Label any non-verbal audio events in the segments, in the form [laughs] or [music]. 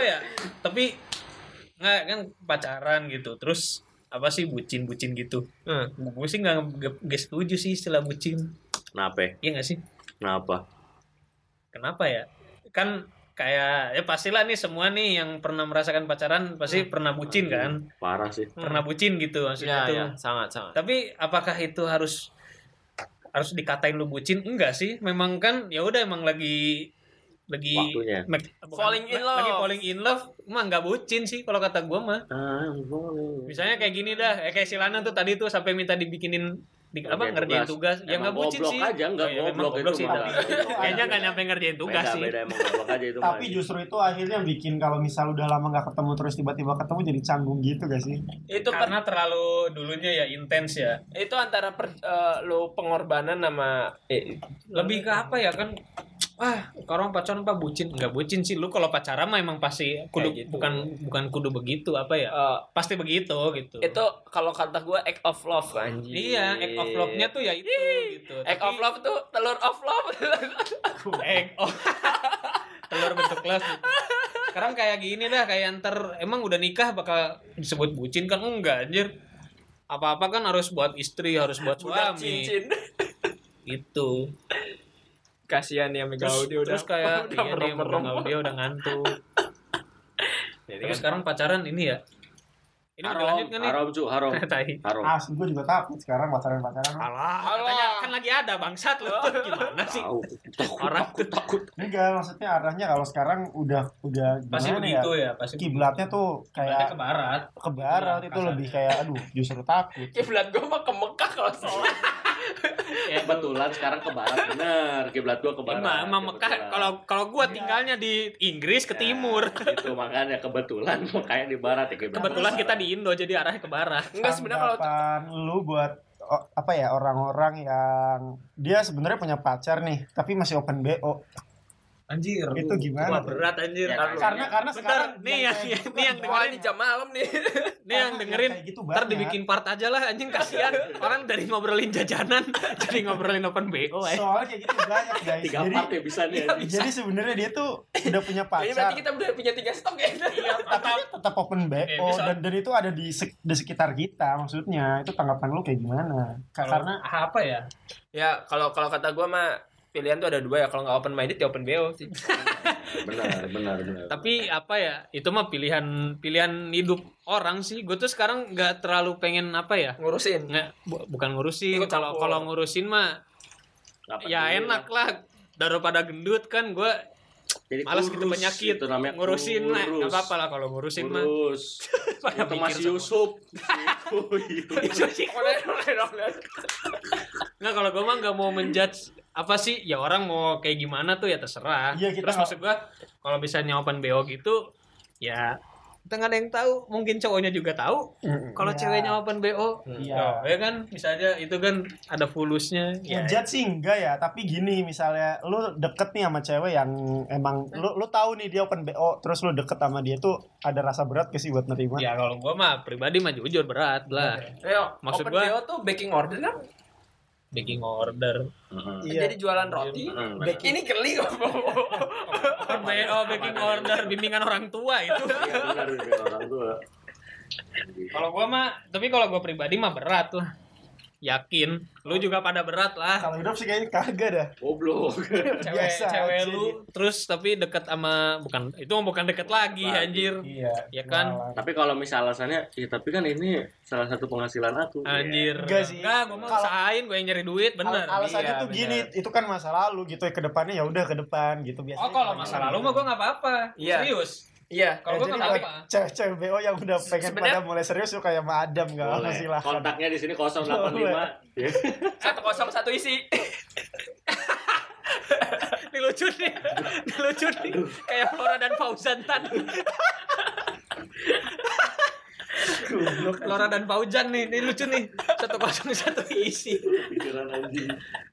ya? tapi nggak kan pacaran gitu terus apa sih bucin bucin gitu Eh, gue sih nggak nggak- nggak setuju sih istilah bucin Kenapa? iya nggak sih Kenapa? kenapa ya kan kayak ya pastilah nih semua nih yang pernah merasakan pacaran pasti pernah bucin kan Parah sih. pernah bucin gitu Hmm. maksudnya ya, tuh ya, sangat sangat. tapi apakah itu harus harus dikatain lu bucin enggak sih memang kan ya udah emang lagi lagi Waktunya. mak- bukan- Falling in ma- love. lagi falling in love mah nggak bucin sih kalau kata gua mah I'm falling. misalnya kayak gini dah eh, kayak Silana tuh tadi tuh sampai minta dibikinin di, apa Ngerjain ngerjain tugas. tugas, ya Emang nggak bucin goblok sih aja, nggak Oh, ya, memang goblok itu sih mah. tapi- kayaknya nggak nyampe ngerjain tugas beda, sih Beda emang goblok aja itu. [laughs] Tapi mah. justru itu akhirnya bikin kalau misal udah lama nggak ketemu terus tiba-tiba ketemu jadi canggung gitu gak sih? Itu per- karena terlalu dulunya ya intens ya itu antara per, eh, lo pengorbanan sama eh, lebih ke apa ya kan ah orang pacaran apa bucin nggak bucin sih lu kalau pacaran mah emang pasti Kayak kudu gitu. bukan bukan kudu begitu apa ya eh, pasti begitu gitu itu kalau kata gue act of love anjir. iya act of love-nya tuh ya itu Iya. gitu Act of love tuh telur of [laughs] love. [laughs] egg of telur bentuk love gitu. sekarang kayak gini dah kayak ntar emang udah nikah bakal disebut bucin kan enggak anjir apa-apa kan harus buat istri harus buat Budak suami cincin. gitu Kasihan ya Mega terus, Audio udah. terus [laughs] kayak [laughs] udah iya dia, merem-merem. dia udah ngantuk Jadi Tapi kan- sekarang pacaran ini ya. Ini mau Haram, dilanjut nggak nih? haram cu, haram. [laughs] Tai. Haram. Asli gue juga takut sekarang pacaran-pacaran. Alah, Alah. katanya kan lagi ada bangsat lu. Gimana sih? [laughs] Iya, Tahu. Takut, Orang takut, takut. Enggak, maksudnya arahnya kalau sekarang udah udah Pasti gimana begitu ya, pasti. Kiblatnya tuh Kiblatnya kayak ke barat. ke barat itu kasarnya. lebih kayak aduh justru takut. [laughs] Kiblat gue mah ke Mekah kalau sholat. Ya, Kebetulan sekarang ke barat bener. Kiblat gua ke Iya, barat. Iya, Emang, emang Mekah kebetulan. kalau kalau gua tinggalnya di Inggris ke Ya, Iya. timur. itu makanya kebetulan makanya di barat ya kiblat Kebetulan barat. kita di Indo jadi arahnya ke barat. Enggak sebenarnya kalau Tanggapan Kan lu buat o- apa ya orang-orang yang dia sebenarnya punya pacar nih tapi masih open BO Anjir. itu Wah, gimana tuh? Iya, kan? berat anjir. Ya, Karena- karena iya. karena Bentar, sekarang nih yang kayak gitu nih kan Wah yang dengerin, ini jam malam nih. nih yang Karena dengerin. kayak gitu Ntar banyak. dibikin part aja lah anjing [laughs] kasihan orang dari ngobrolin jajanan [laughs] jadi ngobrolin open BO ya. soalnya kayak [laughs] gitu banyak guys tiga jadi part ya bisa Iya, nih anjing. jadi sebenarnya dia tuh udah [laughs] punya Jadi berarti pacar kita udah punya tiga stok ya. tapi dia tetap open BO bisa. dan, dan itu ada di, sek- di sekitar kita maksudnya itu tanggapan lu kayak gimana Ka- karena Karena apa ya? ya kalau kalau kata gue mah pilihan tuh ada dua ya kalau nggak open minded ya open bo sih. benar benar benar tapi apa ya itu mah pilihan pilihan hidup orang sih gue tuh sekarang nggak terlalu pengen apa ya Ngurusin. nggak bu- bukan ngurusin Ikut kalau campur. kalau ngurusin mah Nggak ya peduli enak lah daripada gendut kan gue Jadi malas gitu kurus, penyakit itu namanya ngurusin lah nggak kurus. apa-apa lah kalau ngurusin mah [laughs] kurus Pada itu mikir Mas semua. Yusuf Yusuf. [laughs] nggak kalau gue mah nggak mau menjudge apa sih ya orang mau kayak gimana tuh ya terserah Iya, kita terus nggak- maksud gue kalau misalnya open bo gitu ya kita nggak ada yang tahu mungkin cowoknya juga tahu kalau Iya. ceweknya open bo Iya. Oh, ya kan bisa aja itu kan ada fulusnya ya, Ngejat sih enggak ya, tapi gini misalnya lu deket nih sama cewek yang emang lu lu tahu nih dia open BO, terus lu deket sama dia tuh ada rasa berat gak sih buat nerima? ya kalau gua mah pribadi mah jujur berat lah Maksud Maksud open gua- bo tuh baking order kan? baking [laughs] order Heeh. Jadi jualan roti. Heeh, benar. Baking. Ini geli kok. open bo baking order bimbingan orang tua itu Iya, benar benar, orang tua kalau gua mah tapi kalau gua pribadi mah berat lah yakin lu juga pada berat lah Kalau hidup sih kayaknya kagak dah. goblok cewek biasa cewek aja lu terus tapi deket sama bukan itu mah bukan deket lagi Lagi. anjir Iya. Ya kan? malah. tapi kalau misal alasannya ya tapi kan ini salah satu penghasilan aku anjir Enggak sih. enggak gua mah Kalau- usahain gua yang nyari duit bener Al- alasannya Iya, tuh gini, itu kan masa lalu gitu, ke depannya ya udah ke depan gitu biasanya. oh kalau masa lalu mah gua nggak apa-apa Iya. serius [laughs] Iya. kalau Ya, gua jadi nggak apa-apa kalau Cewek-cewek BO yang udah pengen Sebenarnya- pada mulai serius tuh kayak sama Adam gak apa Boleh. silahkan. kontaknya di sini 085 ya Satu kosong satu isi. Iya. Ini lucu [laughs] nih. Ini lucu nih. Kayak Flora dan Fauzan tan. Flora dan Fauzan nih, ini lucu nih. 101 isi. pikiran anjing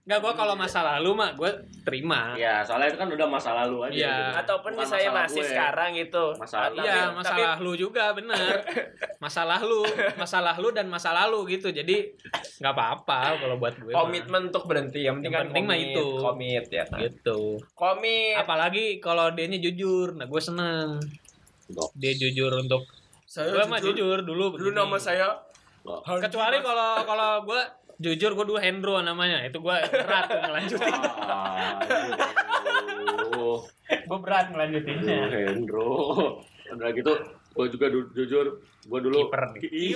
Enggak gua kalau masa lalu mah gua Iya, terima. ya soalnya itu kan udah masa lalu aja Iya. gitu. Ataupun Bukan misalnya masalah masih gue. sekarang gitu. Masalah Tapi- Iya, tapi- masalah lu juga [laughs] bener. Masalah lu, masalah lu dan masa lalu gitu. Jadi nggak apa-apa kalau buat gue. mah. komitmen untuk berhenti yang penting, Yang kan penting mah komit, itu. komit ya kan gitu. komit Apalagi kalau dia jujur, nah gue seneng. Goks. dia jujur untuk Saya gue mah jujur Eh, dulu Dulu begini. nama saya Goks. Handi kecuali Mas. kalau kalau gue jujur gue dulu Hendro namanya itu gue berat [laughs] tuh ngelanjutin Aduh. gue berat ngelanjutinnya Aduh, Hendro. Udah gitu, gue juga du- jujur, gue dulu Kiper nih. Ih,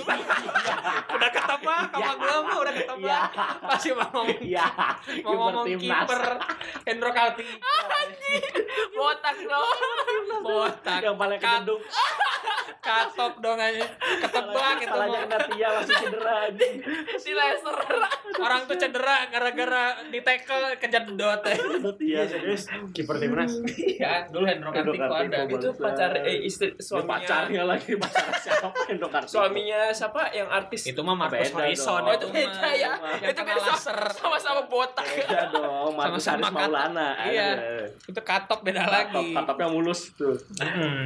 udah ketebak sama gue mah udah ketebak pasti mau ngomong Iya, mau ngomong kiper Hendro Kalti botak dong botak yang paling Kat- kedung katop dong aja ketebak itu salahnya mau. kena Tia langsung Iya, cedera anjing. di laser orang tuh cedera gara-gara di tackle kejedot Kena iya. Tia serius kiper timnas Iya, ya dulu Hendro Kalti Hendro kok Kartiko, ada Bang. itu pacar eh istri Dia suaminya pacarnya lagi [laughs] pacar siapa Hendro Kartiko. suaminya siapa yang artis Oh, itu mah Marcus Beda Horizon dong. itu mah. Beda ya. Yang itu kena kan laser sama-sama botak Iya dong, Marcus Sama-sama Haris kat- Maulana. Iya. Ada. itu katop beda Katop, lagi katopnya mulus tuh. Mm.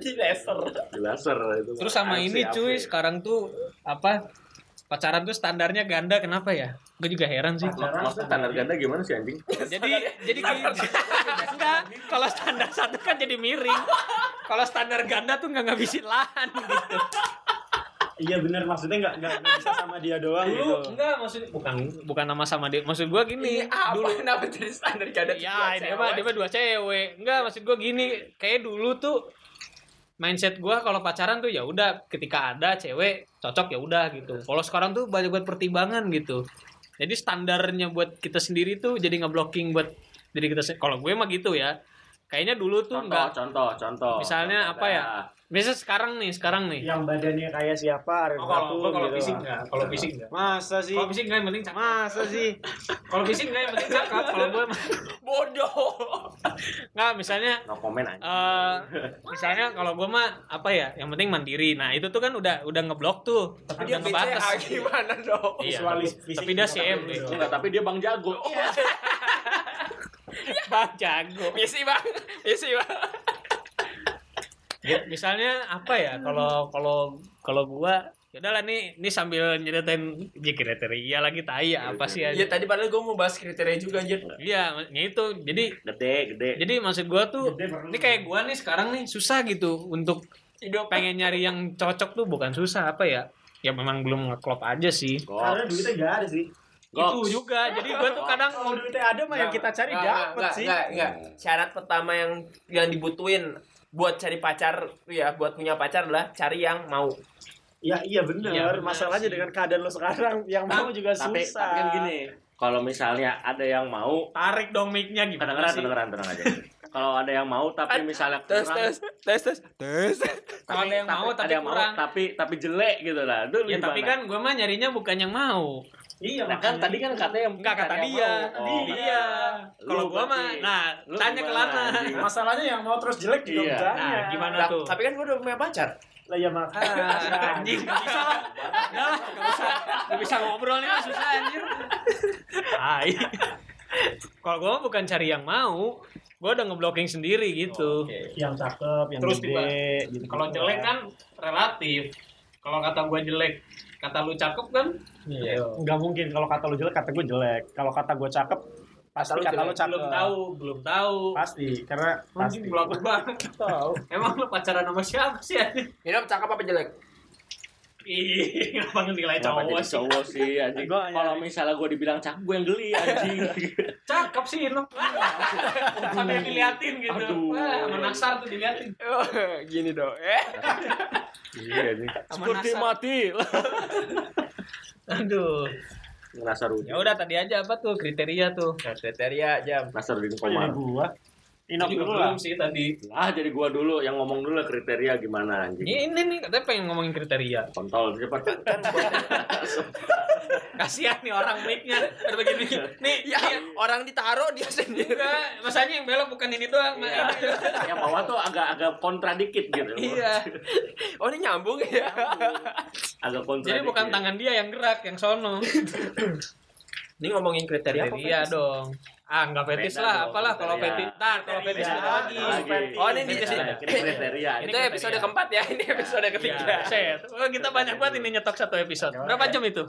di laser Di laser itu. terus sama AFC, ini cuy AFC. sekarang tuh apa pacaran tuh standarnya ganda kenapa ya gue juga heran sih Maksudnya standar ganda gimana sih anjing? [laughs] jadi jadi gitu. enggak kalau standar satu kan jadi miring kalau standar ganda tuh nggak ngabisin lahan gitu iya bener maksudnya nggak nggak nggak bisa sama dia doang gitu Dulu enggak maksud bukan bukan nama sama dia. Maksud gua gini, ini apa dulu kenapa jadi standar gak ada ya tiga dia mah dia cewek? mah dua cewek. Enggak, maksud gua gini, kayak dulu tuh mindset gua kalau pacaran tuh ya udah ketika ada cewek cocok ya udah gitu. Kalau sekarang tuh banyak buat pertimbangan gitu. Jadi standarnya buat kita sendiri tuh jadi ngeblocking buat diri kita se- kalau gue mah gitu ya. Kayaknya dulu tuh Contoh, enggak contoh, contoh. Misalnya Contoh, apa ya? nah. biasa sekarang nih, sekarang nih. yang badannya kayak siapa Arief Tatum gitu. enggak, kalau fisik enggak. masa sih Kalau fisik enggak yang penting cakep. masa sih Kalau fisik enggak yang penting cakep. Kalau gue mah- [laughs] bodoh enggak misalnya No comment anjing. eh misalnya kalau gue mah apa ya yang penting mandiri nah itu tuh kan udah udah ngeblok tuh udah yang ngebatas BCA gimana dong Iya. Visualis tapi- fisik kan tapi dia Iya. juga CM bagus. deh. Enggak, [laughs] tapi dia Bang Jago. Oh, Iya. bang jago misi bang misi bang Ya, misalnya apa ya kalau kalau kalau gue Yaudah lah nih, nih sambil nyeritain ya, kriteria lagi tai ya, apa sih ya aja. tadi padahal gue mau bahas kriteria juga anjir Iya, ya itu. Jadi Gede, gede. jadi maksud gue tuh, Gede perlu. ini kayak gue nih sekarang nih susah gitu untuk hidup pengen nyari yang cocok tuh bukan susah apa ya? Ya memang belum ngeklop aja sih. karena duitnya nggak ada sih Itu juga. Jadi gue tuh kadang kalau duitnya ada Oh, mah yang kita cari dapat enggak, sih enggak, enggak. Hmm. Syarat pertama yang yang dibutuhin buat cari pacar ya buat punya pacar adalah cari yang mau ya iya bener Iya, bener masalahnya sih. dengan keadaan lo sekarang yang mau juga Tapi, susah tapi kan gini, kalau misalnya ada yang mau, tarik dong mic-nya gimana kedengeran, sih? Kan kedengeran, tenang aja. kalau ada yang mau, tapi misalnya kurang, tes tes tes Kalau ada yang mau tapi ada yang kurang. mau, tapi tapi jelek gitu lah. Itu Ya tapi kan gue mah nyarinya bukan yang mau. iya Nah kan tadi kan katanya yang Enggak kata yang dia. Dia. mau. Oh, Dia. Lu Kalau gue mah berarti. nah Lu tanya ke gimana, Lana. anjing? masalahnya yang mau terus jelek juga Iya. banyak. Nah, gimana tuh? tapi kan gue udah punya pacar lah ya makanya Ah, Anjing, gak bisa lah. Udah lah, gak bisa. Gak bisa ngobrol nih lah, susah anjir. Hai. Kalau gue mah bukan cari yang mau, gue udah ngeblocking sendiri Oh, gitu. yang cakep yang Terus gede gitu Kalau jelek kan relatif. Kalau kata gue jelek, kata lu cakep kan? Iya. nggak mungkin kalau kata lo jelek kata gue jelek kalau kata gue cakep pasti lu kata lo cakep Belum tahu, belum tahu. pasti karena Anjing pasti belagu banget. tahu [laughs] Emang lu pacaran sama siapa sih? anjing? hidup cakep apa jelek Ih, kenapa nilai cowok Kenapa jadi sih? cowok sih anjing. Gua hanya- Kalau misalnya gue dibilang cakep gue yang geli anjing. Cakep sih, [laughs] Ino. Sampai diliatin gitu. Aduh. Wah, sama Nasar tuh diliatin. gini dong eh Iya anjing. Sama Seperti Nasar. mati. Aduh. Ngerasa rugi. Ya udah tadi aja apa tuh kriteria tuh. kriteria jam Ngerasa rugi kok jadi komar. gua inok Juga dulu lah belum sih tadi. Ah jadi gua dulu yang ngomong dulu lah kriteria gimana anjing. Ini ini nih katanya pengen ngomongin kriteria. Kontol cepat. Kan Kasihan nih orang mic-nya ada bagian mic. Nih, ya orang ditaruh dia sendiri enggak, masanya yang belok bukan ini doang, Mak. Iya. Yang bawah tuh agak-agak kontra dikit gitu. iya oh ini nyambung ya Agak kontra. Jadi bukan tangan dia yang gerak, yang sono. ini ngomongin kriteria apa Kriteria dong. ah nggak fetis Beda lah dong, apalah kalau kriteria. fetis ntar kalau fetis Kriteria. beda lagi Iya, Lagi. Oh, ini Ini dia sih. Kriteria, kriteria. Itu episode keempat ya, ini episode Iya, ketiga. set. Wah, kita banyak banget ini nyetok satu episode. Berapa jam itu?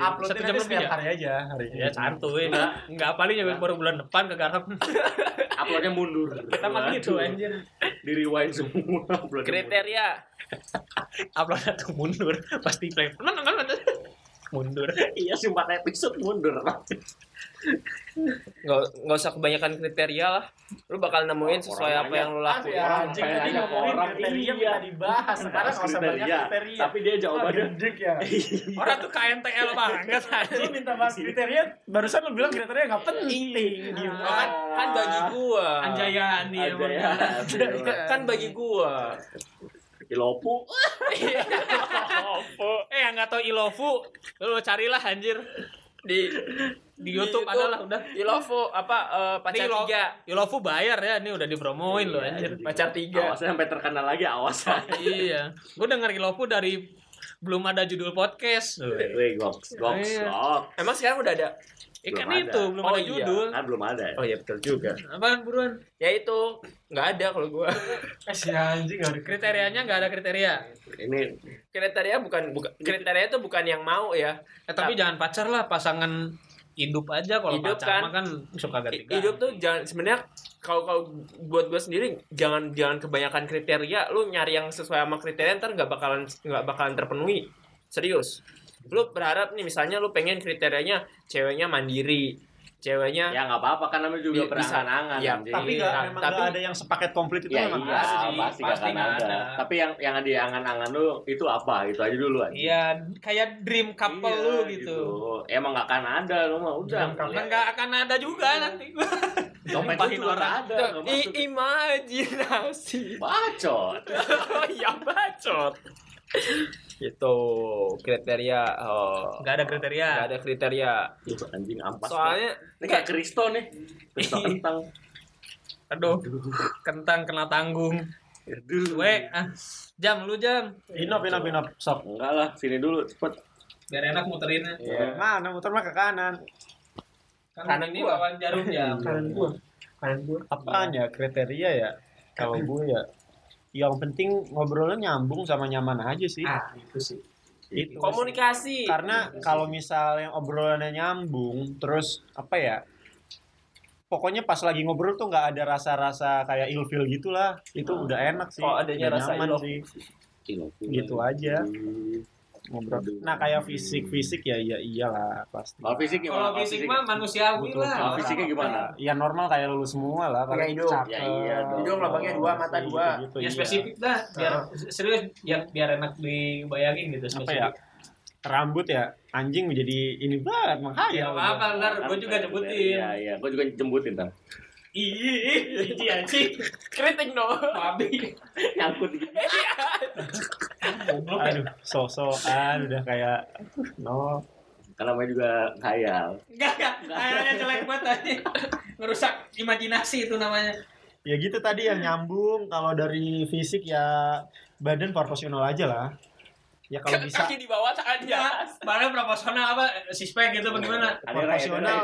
Upload Satu jam nanti lebih setiap ya? hari aja hari ini. Ya santuy. Enggak paling ya baru bulan depan ke Garham. uploadnya mundur. Kita mah gitu Waduh. anjir. Di rewind semua. uploadnya Kriteria. Upload satu mundur pasti play. Nah, nah, nah, nah. Mundur. mundur. Iya sih empat episode mundur. Nggak, nggak usah kebanyakan kriteria lah. Lu bakal nemuin sesuai Orang apa yang lu lakuin. Ya, Orang anjing pengen tadi nanya ngomongin orang, kriteria iya. minta dibahas. Sekarang nggak usah banyak Kriteria. kriteria. Tapi dia jawabannya Gendek ya. Orang tuh KNTL banget Lu anjir. minta bahas kriteria, barusan lu bilang Iya. kriteria nggak Iya. penting. Gitu. Oh, kan, kan bagi gua. Anjayani ada emang. ya. Iya. Kan- Kan bagi gua. Ilopu. Eh yang nggak tahu Ilofu, lu carilah anjir Di di YouTube adalah udah. Ilovo apa eh, Iya, pacar Ini Ilo- tiga. Iya, Ilofu bayar ya, ini udah dipromoin loh anjir. Pacar tiga. Awas sampai terkenal lagi awas. iya. Gue denger Ilofu dari belum ada judul podcast. Wih, goks, Iya. goks, goks. Emang sekarang udah ada. Eh kan Belum ada. itu belum Oh, ada iya. judul. Kan belum ada ya. Oh iya betul juga. Apaan buruan? Ya itu nggak ada kalau gua. Eh, si anjing nggak ada kriteria. Kriterianya nggak ada kriteria. Ini Kriteria bukan bukan kriteria itu bukan yang mau ya. Eh, tapi jangan pacar lah, pasangan hidup aja kalau Hidup pacar kan. mah kan suka I- ganti Hidup tuh jangan sebenarnya kalau kalau buat gue sendiri jangan jangan kebanyakan kriteria. Lu nyari yang sesuai sama kriteria ntar nggak bakalan nggak bakalan terpenuhi. Serius. Lu berharap nih misalnya lu pengen kriterianya ceweknya mandiri, ceweknya ya nggak apa-apa kan namanya juga Bisa. berangan-angan. Iya, anjing. Tapi nggak Iya, memang tapi- nggak ada yang sepaket komplit itu Ya memang iya, nggak ada. pasti, pasti nggak akan nggak ada. ada. Tapi yang yang di angan-angan lu itu apa? Itu aja dulu aja. Iya, kayak dream couple Iya, lu gitu. Emang nggak akan ada lu mah udah. Kan nggak akan ada juga nanti [laughs] gua. Dompet lu Numpahin juga nggak ada. nggak I masuk. imajinasi. Bacot. oh iya bacot. Itu Gitu. kriteria oh. Nggak ada kriteria. Nggak ada kriteria. Ih, anjing ampas. Soalnya ini kayak Kristo nih. Kristo kentang. Aduh, kentang kena tanggung. Aduh. Weh, ah, jam lu jam. Inop, inop, inop. Stop. Enggak lah, sini dulu cepet. Biar enak muterinnya. Iya. Mana muter mah ke kanan. Kan Kanan ini gua. lawan jarum ya. jam. Kanan gua. Kanan gua. Apaan ya kriteria ya? Kalau gue ya yang penting ngobrolnya nyambung sama nyaman aja sih. Ah, itu sih. itu. iya. komunikasi. Karena kalau misalnya obrolannya nyambung, terus apa ya? Pokoknya pas lagi ngobrol tuh nggak ada rasa-rasa kayak ilfil gitulah. Itu udah enak sih. Oh, adanya Udah rasa nyaman ilfil. sih. Gila. Gitu aja Hmm. ngobrol. Nah, kayak fisik-fisik ya iya iyalah pasti. Kalau Iya, fisik gimana? Kalau fisik mah manusiawi Betul. Kalau lah. fisiknya gimana? Ya normal kayak lu semua lah Kayak karena hidung. cakep. Ya iya dong. Hidung lubangnya dua, mata dua. Gitu-gitu, ya iya. spesifik dah biar serius ya biar enak dibayangin gitu apa ya spesifik rambut ya anjing menjadi ini ya banget makanya apa apa ntar gue juga Iya nyebutin iya, gue juga jemputin tam. ih jijik anjing kritik no. babi Nyangkut gitu. goblok ya aduh sosokan udah kayak no Kan namanya juga khayal. enggak enggak kayaknya jelek banget tadi ngerusak imajinasi itu namanya ya gitu tadi yang nyambung kalau dari fisik ya badan proporsional aja lah ya kalau bisa Kaki di bawah tangan di ya atas. padahal proporsional apa sispek gitu bagaimana Ada Ray, [laughs] ada Ray. proporsional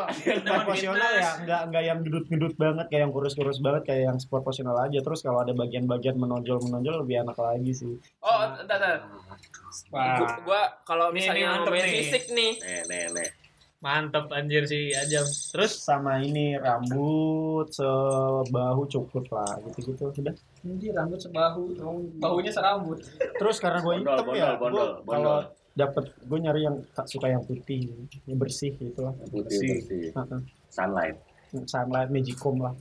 proporsional ya nggak nggak yang gedut-gedut banget kayak yang kurus-kurus banget kayak yang proporsional aja terus kalau ada bagian-bagian menonjol menonjol lebih enak lagi sih Oh, entar entar. Gua, Wah, gua kalau Nih, nih, misalnya mantep ngomongin nih. fisik nih, Nih nih nih. mantep anjir si Ajam terus sama ini rambut sebahu cukup lah gitu-gitu udah anjir rambut sebahu bahunya serambut Terus karena gue Bondol, hitam ya, bondol, bondol, gua kalau bondol. dapet gue nyari yang tak suka yang putih, yang bersih gitu lah. Putih bersih. Heeh. Sunlight. Sunlight Magicom lah,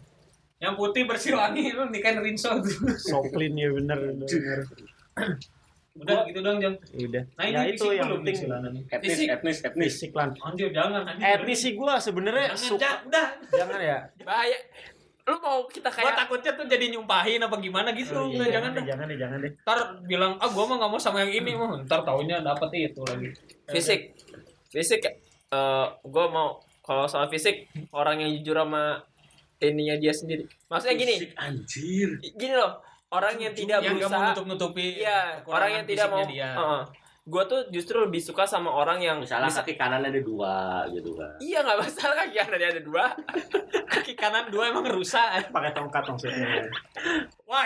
yang putih bersih wangi lu nikahin Rinso tuh Soplin ya bener, bener. udah gitu doang jam Udah. Nah, ya ini itu fisik yang belum penting. misalnya. Etnis Fisik. etnis etnis. Fisik lah. anjir jangan anjir Etnis sih gue sebenarnya Jangan, suka. jangan, udah Jangan ya. bahaya. Lu mau kita Gua kayak takutnya tuh jadi nyumpahin apa gimana gitu. Oh, Nggak, iya, jangan jangan deh, dah. jangan deh, jangan deh. Ntar bilang, ah gua mah gak mau sama yang ini. Mah. Ntar taunya dapet itu lagi. fisik. Fisik eh gua mau kalau soal fisik orang yang jujur sama ininya dia sendiri. Maksudnya gini, Fisik, Anjir. gini loh, orang yang tidak yang nggak mau berusaha nutup-nutupi Iya, kekurangan orang yang tidak mau fisiknya dia. Heeh. gue tuh justru lebih suka sama orang yang Misalnya bisa- kaki kanan ada dua gitu kan. iya nggak masalah [laughs] kaki kanannya ada dua Kaki kanan dua emang rusak. pakai tongkat maksudnya wah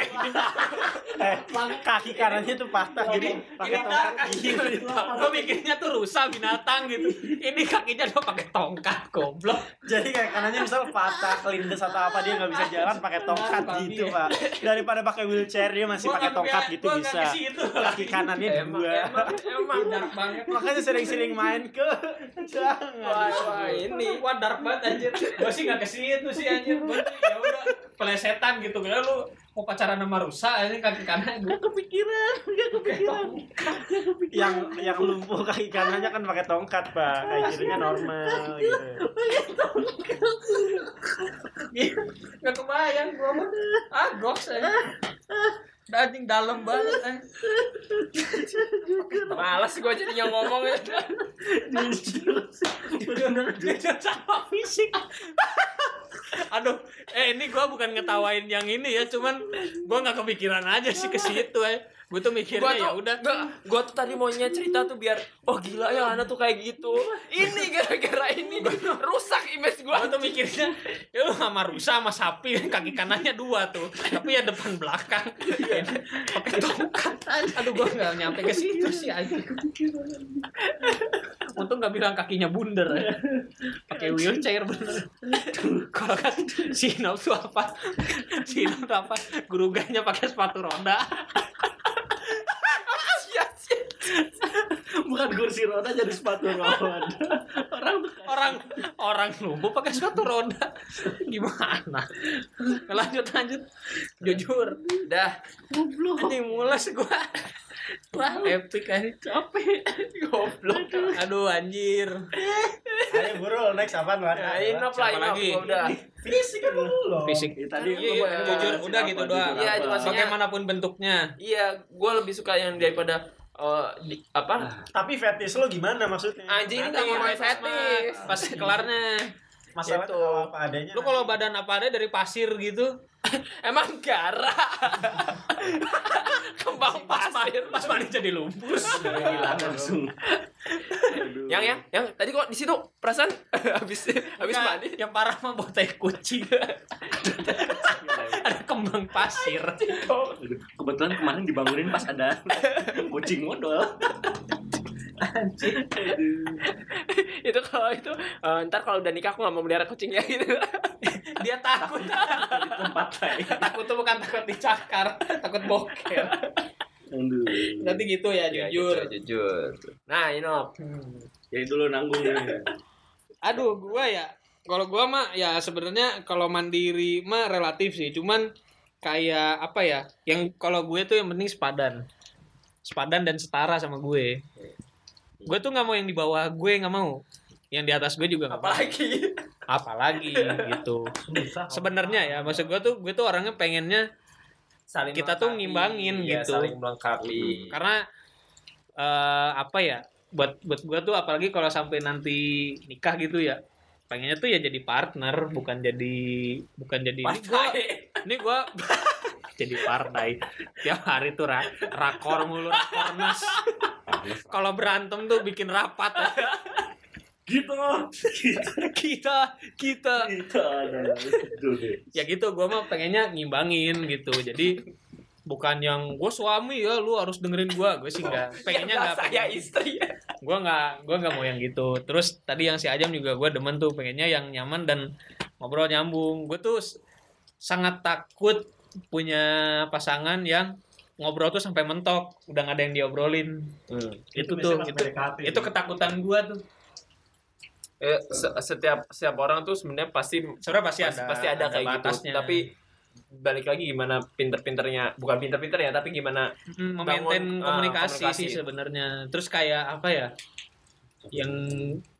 [laughs] eh kaki kanannya tuh patah jadi pakai tongkat Iya, gini Gue kan? mikirnya tuh rusak binatang gitu. Ini kakinya udah pakai tongkat goblok. jadi kayak kanannya misal patah kelindes atau apa dia nggak bisa jalan pakai tongkat Babi, gitu ya. pak daripada pakai wheelchair dia masih Gua pakai nggak tongkat ngerti- gitu gua nggak bisa ke situ. kaki kanannya emang dua emang emang Dark banget. makanya sering-sering main ke wah, jangan wah, ini Wah dark banget anjir. Gue sih gak ke situ sih anjir. Gue ya udah pelesetan gitu. Kira lu mau pacaran sama rusak anjir kaki kanan gue. kepikiran nggak kepikiran yang yang lumpuh kaki kanannya kan pakai tongkat pak kaki kirinya normal gitu Gak kebayang gue mah. Ah goks anjir. Udah Anjing dalam banget eh. anjir. males gue jadinya ngomong ya. Beda sama fisik. Aduh, eh ini gua bukan ngetawain yang ini ya, cuman gua nggak kepikiran aja sih ke situ ya. Gua tuh gue mikirnya tuh ya udah. gue, tuh tadi maunya cerita tuh biar oh gila ya Lana tuh kayak gitu ini gara-gara ini rusak image gue Gua tuh mikirnya ya lu sama rusa sama sapi kaki kanannya dua tuh. Tapi ya depan belakang. Iya. Pakai tongkat. Aduh gua nggak nyampe ke situ sih anjing. Untung nggak bilang kakinya bundar ya. Pakai wheelchair bener. Kalau kan si Inam tuh apa? Si Inam tuh apa? Geruganya pakai sepatu roda. Iya, Bukan kursi roda jadi sepatu roda. Orang tuh orang orang lumpuh pakai sepatu roda [laughs] gimana lanjut lanjut jujur dah anjing mules gua wah epic anjing capek goblok aduh anjir Ayo buru next apaan lah? nah, inap lah Siapa inap lagi? gua udah Fisik kan belum. fisik Ya, tadi Iya, lu iya, mau- jujur, udah apa, gitu jujur doang. Iya, apa. itu maksudnya- bagaimanapun bentuknya iya gue lebih suka yang daripada eh, di, Ah. apa Tapi fetish lo gimana maksudnya? anjing ini Nanti nggak mau main pas- fetis pas kelarnya Masalah Gitu. kalau apa adanya. lu kalau badan apa ada dari pasir gitu emang gara kembang pasir pas mandi jadi lumpus Gila, langsung. Aduh. yang yang yang tadi kok di situ perasaan [laughs] habis habis Nggak, mandi yang parah mah botai kucing [laughs] ada kembang pasir Kebetulan kemarin dibangunin pas ada kucing modal. itu kalau itu eh, ntar kalau udah nikah aku nggak mau melihara kucing ya gitu [laughs] dia takut Di tempat lain. takut tuh bukan takut dicakar [laughs] takut boker Aduh. nanti gitu ya Iya, jujur jujur. nah you know Jadi dulu nanggung ya. aduh gua ya kalau gua mah ya sebenarnya kalau mandiri mah relatif sih cuman kayak apa ya yang kalau gue tuh yang penting sepadan sepadan dan setara sama gue gue tuh nggak mau yang di bawah gue nggak mau yang di atas gue juga nggak mau. apalagi apalagi gitu sebenarnya ya maksud gue tuh gue tuh orangnya pengennya saling Kita tuh melengkapi. ngimbangin Iya, gitu. saling melengkapi karena eh apa ya buat buat gue tuh apalagi kalau sampai nanti nikah gitu ya pengennya tuh ya jadi partner bukan jadi bukan jadi ini gua [laughs] ini gua jadi partai tiap hari tuh ra- rakor mulu rakornas kalau berantem tuh bikin rapat Gitu. [laughs] kita kita Gitu. Aduh. ya gitu gue mah pengennya ngimbangin gitu jadi bukan yang gue suami ya lu harus dengerin gue gue sih nggak pengennya Yang nggak saya pengen istri gue nggak gue nggak mau yang gitu terus tadi yang si Ajam juga gue demen tuh pengennya yang nyaman dan ngobrol nyambung gue tuh s- sangat takut punya pasangan yang ngobrol tuh sampai mentok udah nggak ada yang diobrolin Hmm. itu tuh itu, gitu. kan itu ketakutan gue tuh Eh, se- setiap setiap orang tuh sebenarnya pasti sebenarnya pasti ada pasti ada, kayak batasnya. gitu tapi balik lagi gimana pinter-pinternya bukan pinter-pinter ya tapi gimana Mm, memaintain Bangun, ah, komunikasi, komunikasi. sih sebenarnya. Terus kayak apa ya? Yang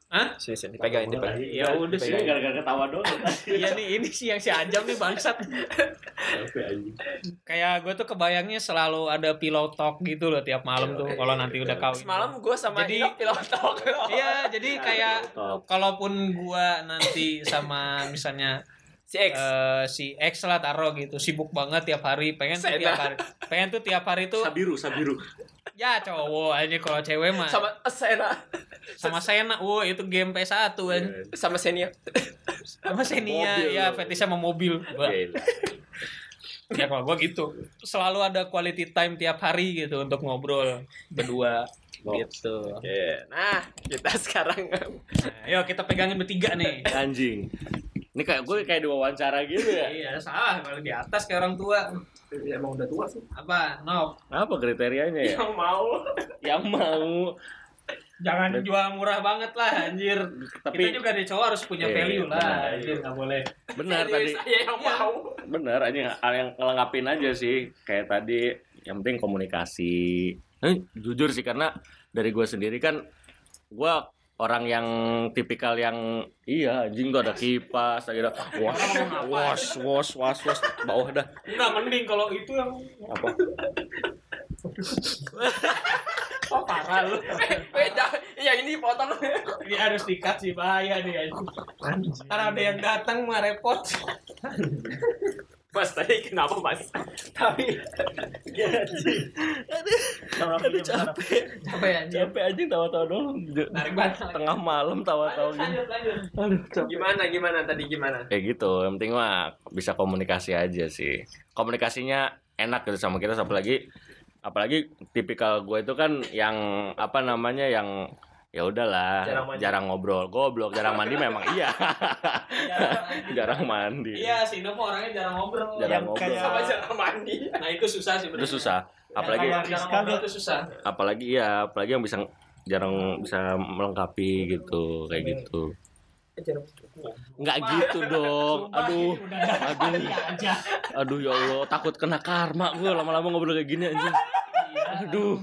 ah sini sini dipegangin dipegangin ya udah sih. Ini gara-gara ketawa doang. Iya nih ini sih yang si Ajam nih bangsat. Capek anjing. kayak gue tuh kebayangnya selalu ada pillow talk gitu loh tiap malam tuh kalau nanti udah kawin. semalam gue sama Jadi- Ina pilotok [laughs] Iya, jadi kayak Top. kalaupun gua nanti sama misalnya si X eh, si X lah taro gitu sibuk banget tiap hari pengen tuh tiap hari pengen tuh tiap hari tuh Sabiru, Sabiru. ya cowok aja kalau cewek mah sama, sama Sena Sena wow itu game PS1 Iya. kan sama Senia sama Senia Mobil. ya fetish sama mobil Gua- Gila. ya kalau gua gitu selalu ada quality time tiap hari gitu untuk ngobrol berdua gitu Iya. nah kita sekarang nah, yuk kita pegangin bertiga nih Iya. Anjing. Ini kayak gue kayak diwawancara gitu ya. iya salah kalau di atas kayak orang tua emang udah tua sih apa no Apa kriterianya ya? yang mau Yang mau jangan jual murah banget lah anjir Tapi- kita juga di cowok harus punya Iya, value lah benar. anjir nggak boleh benar tadi saya yang mau benar aja hal yang ngelengkapin aja sih kayak tadi yang penting komunikasi Eh, jujur sih karena dari gue sendiri kan gue orang yang tipikal yang iya anjing tuh ada kipas lagi ada wash wash wash wash wash bawah dah Enggak, mending kalau itu yang apa oh, parah lu. Eh, beda ya ini potong Ini harus dikat sih bahaya nih anjir. Karena ada yang datang mah repot. mas tadi kenapa mas Tapi aduh capek Apa ya anjir? capek anjing tawa-tawa doang Tarik banget. tengah malam tawa-tawa gitu Lanjut, lanjut. aduh capek gimana gimana tadi gimana ya gitu yang penting mah bisa komunikasi aja sih komunikasinya enak gitu sama kita apalagi apalagi tipikal gue itu kan yang apa namanya yang ya udahlah Jarang jarang, mandi. ngobrol goblok jarang mandi memang [laughs] iya jarang mandi Iya, si Indo mah orangnya jarang ngobrol. jarang Yang ngobrol kayak- sama cara mandi Nah, itu susah sih itu bener. susah apalagi Iya, kayak- jarang ngobrol itu susah. apalagi ya apalagi yang bisa jarang bisa melengkapi gitu kayak gitu nggak gitu dong aduh aduh aduh ya allah takut kena karma gue lama-lama ngobrol kayak gini anjing aduh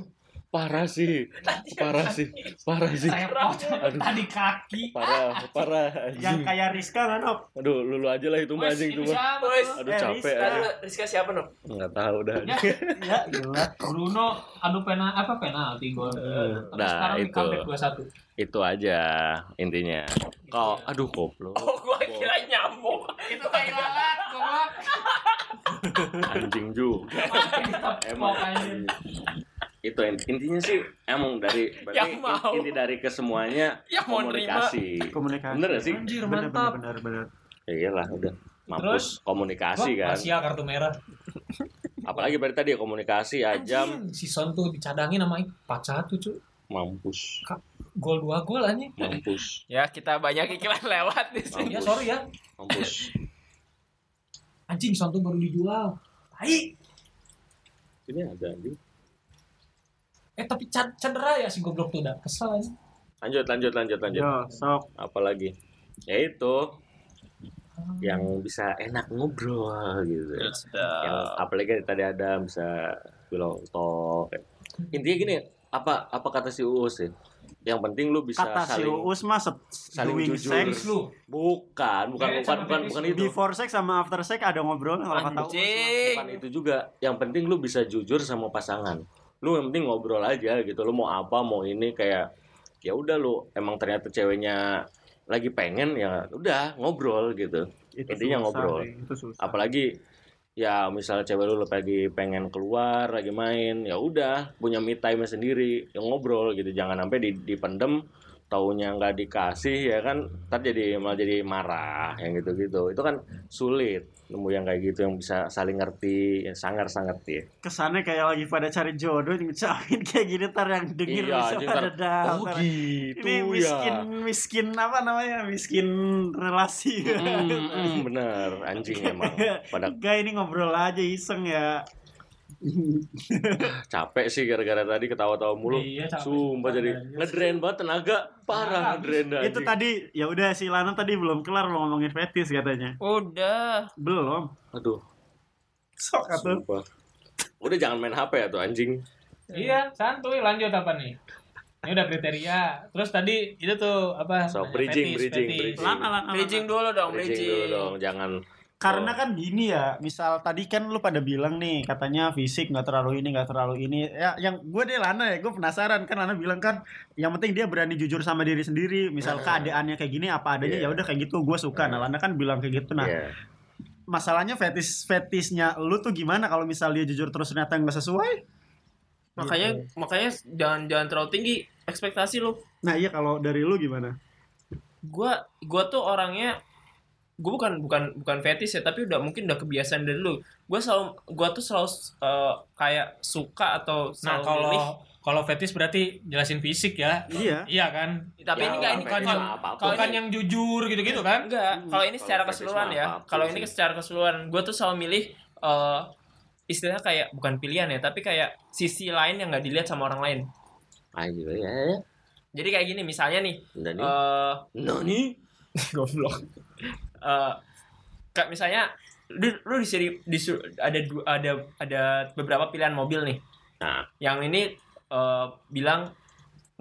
parah sih parah sih parah sih aduh Tadi kaki. parah parah yang anjing kayak Rizka kan, Op? aduh lulu aja lah itu mah Wes, ini anjing cuma siapa? Wes. aduh Eh, capek Rizka. aja Rizka siapa no? nggak tahu dah Ya, Ya, gila. Bruno adu pena apa penalti gol. Tapi Nah, sekarang di itu. comeback 2-1. itu aja intinya kau aduh goblok [laughs] Oh, gua kira nyamuk. Itu kayak lalat, goblok. anjing juga Emang Emang. itu int- intinya sih emang dari berarti Yang mau. inti dari kesemuanya Yang mau nerima. komunikasi Komunikasi. bener gak sih Anjir, Bener, bener, mantap. bener, bener. ya iyalah udah mampus Terus? komunikasi Wah, kan Martial ya, kartu merah. apalagi berarti tadi ya, komunikasi ajam Anjing, si Son tuh dicadangin sama 4-1, cu. mampus Gol 2 gol anjing. mampus Ya, kita banyak iklan lewat di sini. Ya sorry ya. mampus Anjing Son tuh baru dijual. Tai. ini ada anjing Eh tapi ced- cedera ya si goblok tuh udah kesel anjing. lanjut lanjut lanjut lanjut Yo, sok. apalagi ya itu yang bisa enak ngobrol gitu yang apalagi tadi ada bisa bilang talk intinya gini apa apa kata si Uus ya yang penting lu bisa Kata si saling Uus mah se- saling doing Fix jujur. sex. lu. bukan bukan Beda bukan sama bukan fetish bukan lu. itu Before sex sama after sex ada ngobrol kalau kata Uus. Anjing. bukan itu juga yang penting lu bisa jujur sama pasangan lu yang penting ngobrol aja gitu lu mau apa mau ini kayak ya udah lu emang ternyata ceweknya lagi pengen ya udah ngobrol gitu Itu Intinya susah, ngobrol. Ding. Itu susah. apalagi ya misalnya cewek lu lagi pengen keluar lagi main ya udah punya me time sendiri ya ngobrol gitu jangan sampai di- dipendem taunya nggak dikasih ya kan ntar jadi malah jadi marah yang gitu gitu itu kan sulit nemu yang kayak gitu yang bisa saling ngerti ya, sangar sangat ya Kesannya kayak lagi pada cari jodoh ngucapin [laughs] kayak gini ntar yang denger Iya, bisa anjing, pada ntar, daftar. oh gitu Ini miskin ya miskin apa namanya? Miskin relasi. [laughs] Mm, mm, bener anjing [laughs] emang pada Gak ini ngobrol aja iseng [laughs] ya. capek sih gara-gara tadi ketawa-tawa mulu Iya, capek. sumpah jadi ngedren banget tenaga parah ngedren dah, Itu anjing. tadi ya udah si Lana tadi belum kelar mau ngomongin fetis katanya. Udah. Belum. aduh Sok atau sumpah udah jangan main HP ya tuh anjing Iya, santuy lanjut apa nih? Ini udah kriteria. Terus tadi itu tuh apa? So, bridging, bridging, bridging. Lana Lana. Bridging dulu dong, Bridging dulu dong bridging. jangan Karena kan gini ya, misal tadi kan lu pada bilang nih katanya fisik nggak terlalu ini nggak terlalu ini. Ya yang gue deh Lana ya, gue penasaran kan Lana bilang kan yang penting dia berani jujur sama Nah. diri sendiri. Misal keadaannya kayak gini apa adanya Iya. ya udah kayak gitu gue suka. Nah Lana kan bilang kayak gitu. Nah Iya. masalahnya fetis fetisnya lu tuh gimana kalau misal dia jujur terus ternyata nggak sesuai makanya makanya jangan jangan terlalu tinggi ekspektasi lu nah iya kalau dari lu gimana gua gua tuh orangnya gue bukan bukan bukan fetish ya tapi udah mungkin udah kebiasaan dari dulu gue selalu gua tuh selalu eh, kayak suka atau Nah, selalu kalau milih. kalau fetis berarti jelasin fisik ya. iya Iya kan? tapi Ya, ini enggak ini bukan kalau- yang- apa kalau bukan ini- yang jujur gitu-gitu kan? enggak kalau ini Kalau secara fetish keseluruhan mah ya apapun kalau ini sih. secara keseluruhan gue tuh selalu milih eh istilah kayak bukan pilihan ya tapi kayak sisi lain yang nggak dilihat sama orang lain Ayo ya. jadi kayak gini misalnya nih Nani? eh Nani? goblok Eh, kayak misalnya lu, lu disiri, disu- ada du- ada ada beberapa pilihan mobil nih Nah. yang ini eh, bilang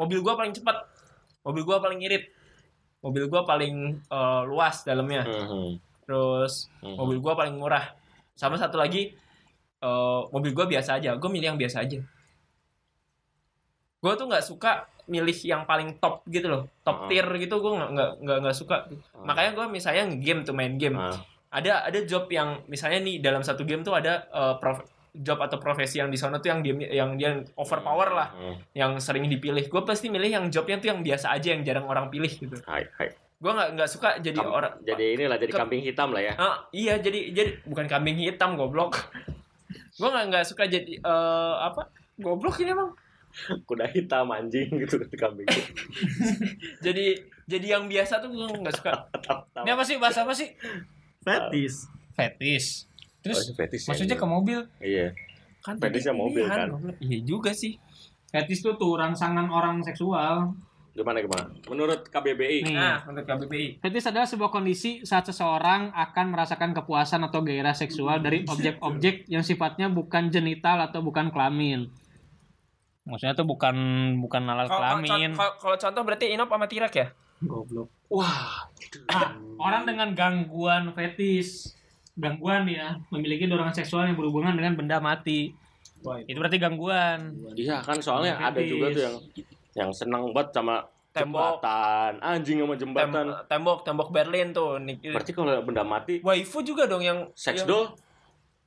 mobil gua paling cepat mobil gua paling irit mobil gua paling eh, luas dalamnya Mhm, terus mhm. mobil gua paling murah sama satu lagi eh, mobil gua biasa aja gue milih yang biasa aja gue tuh nggak suka milih yang paling top gitu loh top Heeh. tier gitu gue nggak nggak- nggak nggak suka Ah, makanya gue misalnya game tuh main game ah, ada ada job yang misalnya nih dalam satu game tuh ada eh, prof- job atau profesi yang di sana tuh yang dia yang dia overpower lah mhm. yang sering dipilih gue pasti milih yang jobnya tuh yang biasa aja yang jarang orang pilih gitu Hai, hai. gue nggak nggak suka jadi Kam- orang Jadi inilah jadi Ke- kambing hitam lah ya. Ah, iya jadi jadi bukan kambing hitam goblok gue nggak nggak suka jadi eh, apa goblok ini emang Kuda hitam anjing [laughs] gitu kambing. jadi jadi yang biasa tuh gue nggak suka Ini apa sih bahasa apa sih? fetis Fetis. Oh, iya. Terus fetis. maksudnya ke mobil. ya, Iya. kan Fetishnya tadi mobil, pilihan, kan? goblok. iya juga sih Fetis tuh tuh rangsangan orang seksual. Gimana gimana? Menurut Nih. KBBI. nah menurut KBBI Fetis adalah sebuah kondisi saat seseorang akan merasakan kepuasan atau gairah seksual dari objek-objek yang sifatnya bukan genital atau bukan kelamin. Maksudnya tuh bukan bukan alat Kalau- kalau con- kalau- kalau contoh berarti Inop sama Tirak ya? Goblok. Wah. Ah, orang dengan gangguan fetis, gangguan ya, memiliki dorongan seksual yang berhubungan dengan benda mati. Itu berarti gangguan. Iya kan soalnya Fetis. ada juga tuh yang yang senang banget sama Tembok. jembatan, anjing sama Tem- jembatan. tembok, tembok Berlin tuh. Nik- Berarti kalau benda Iya. mati Waifu juga dong yang seks yang, doll.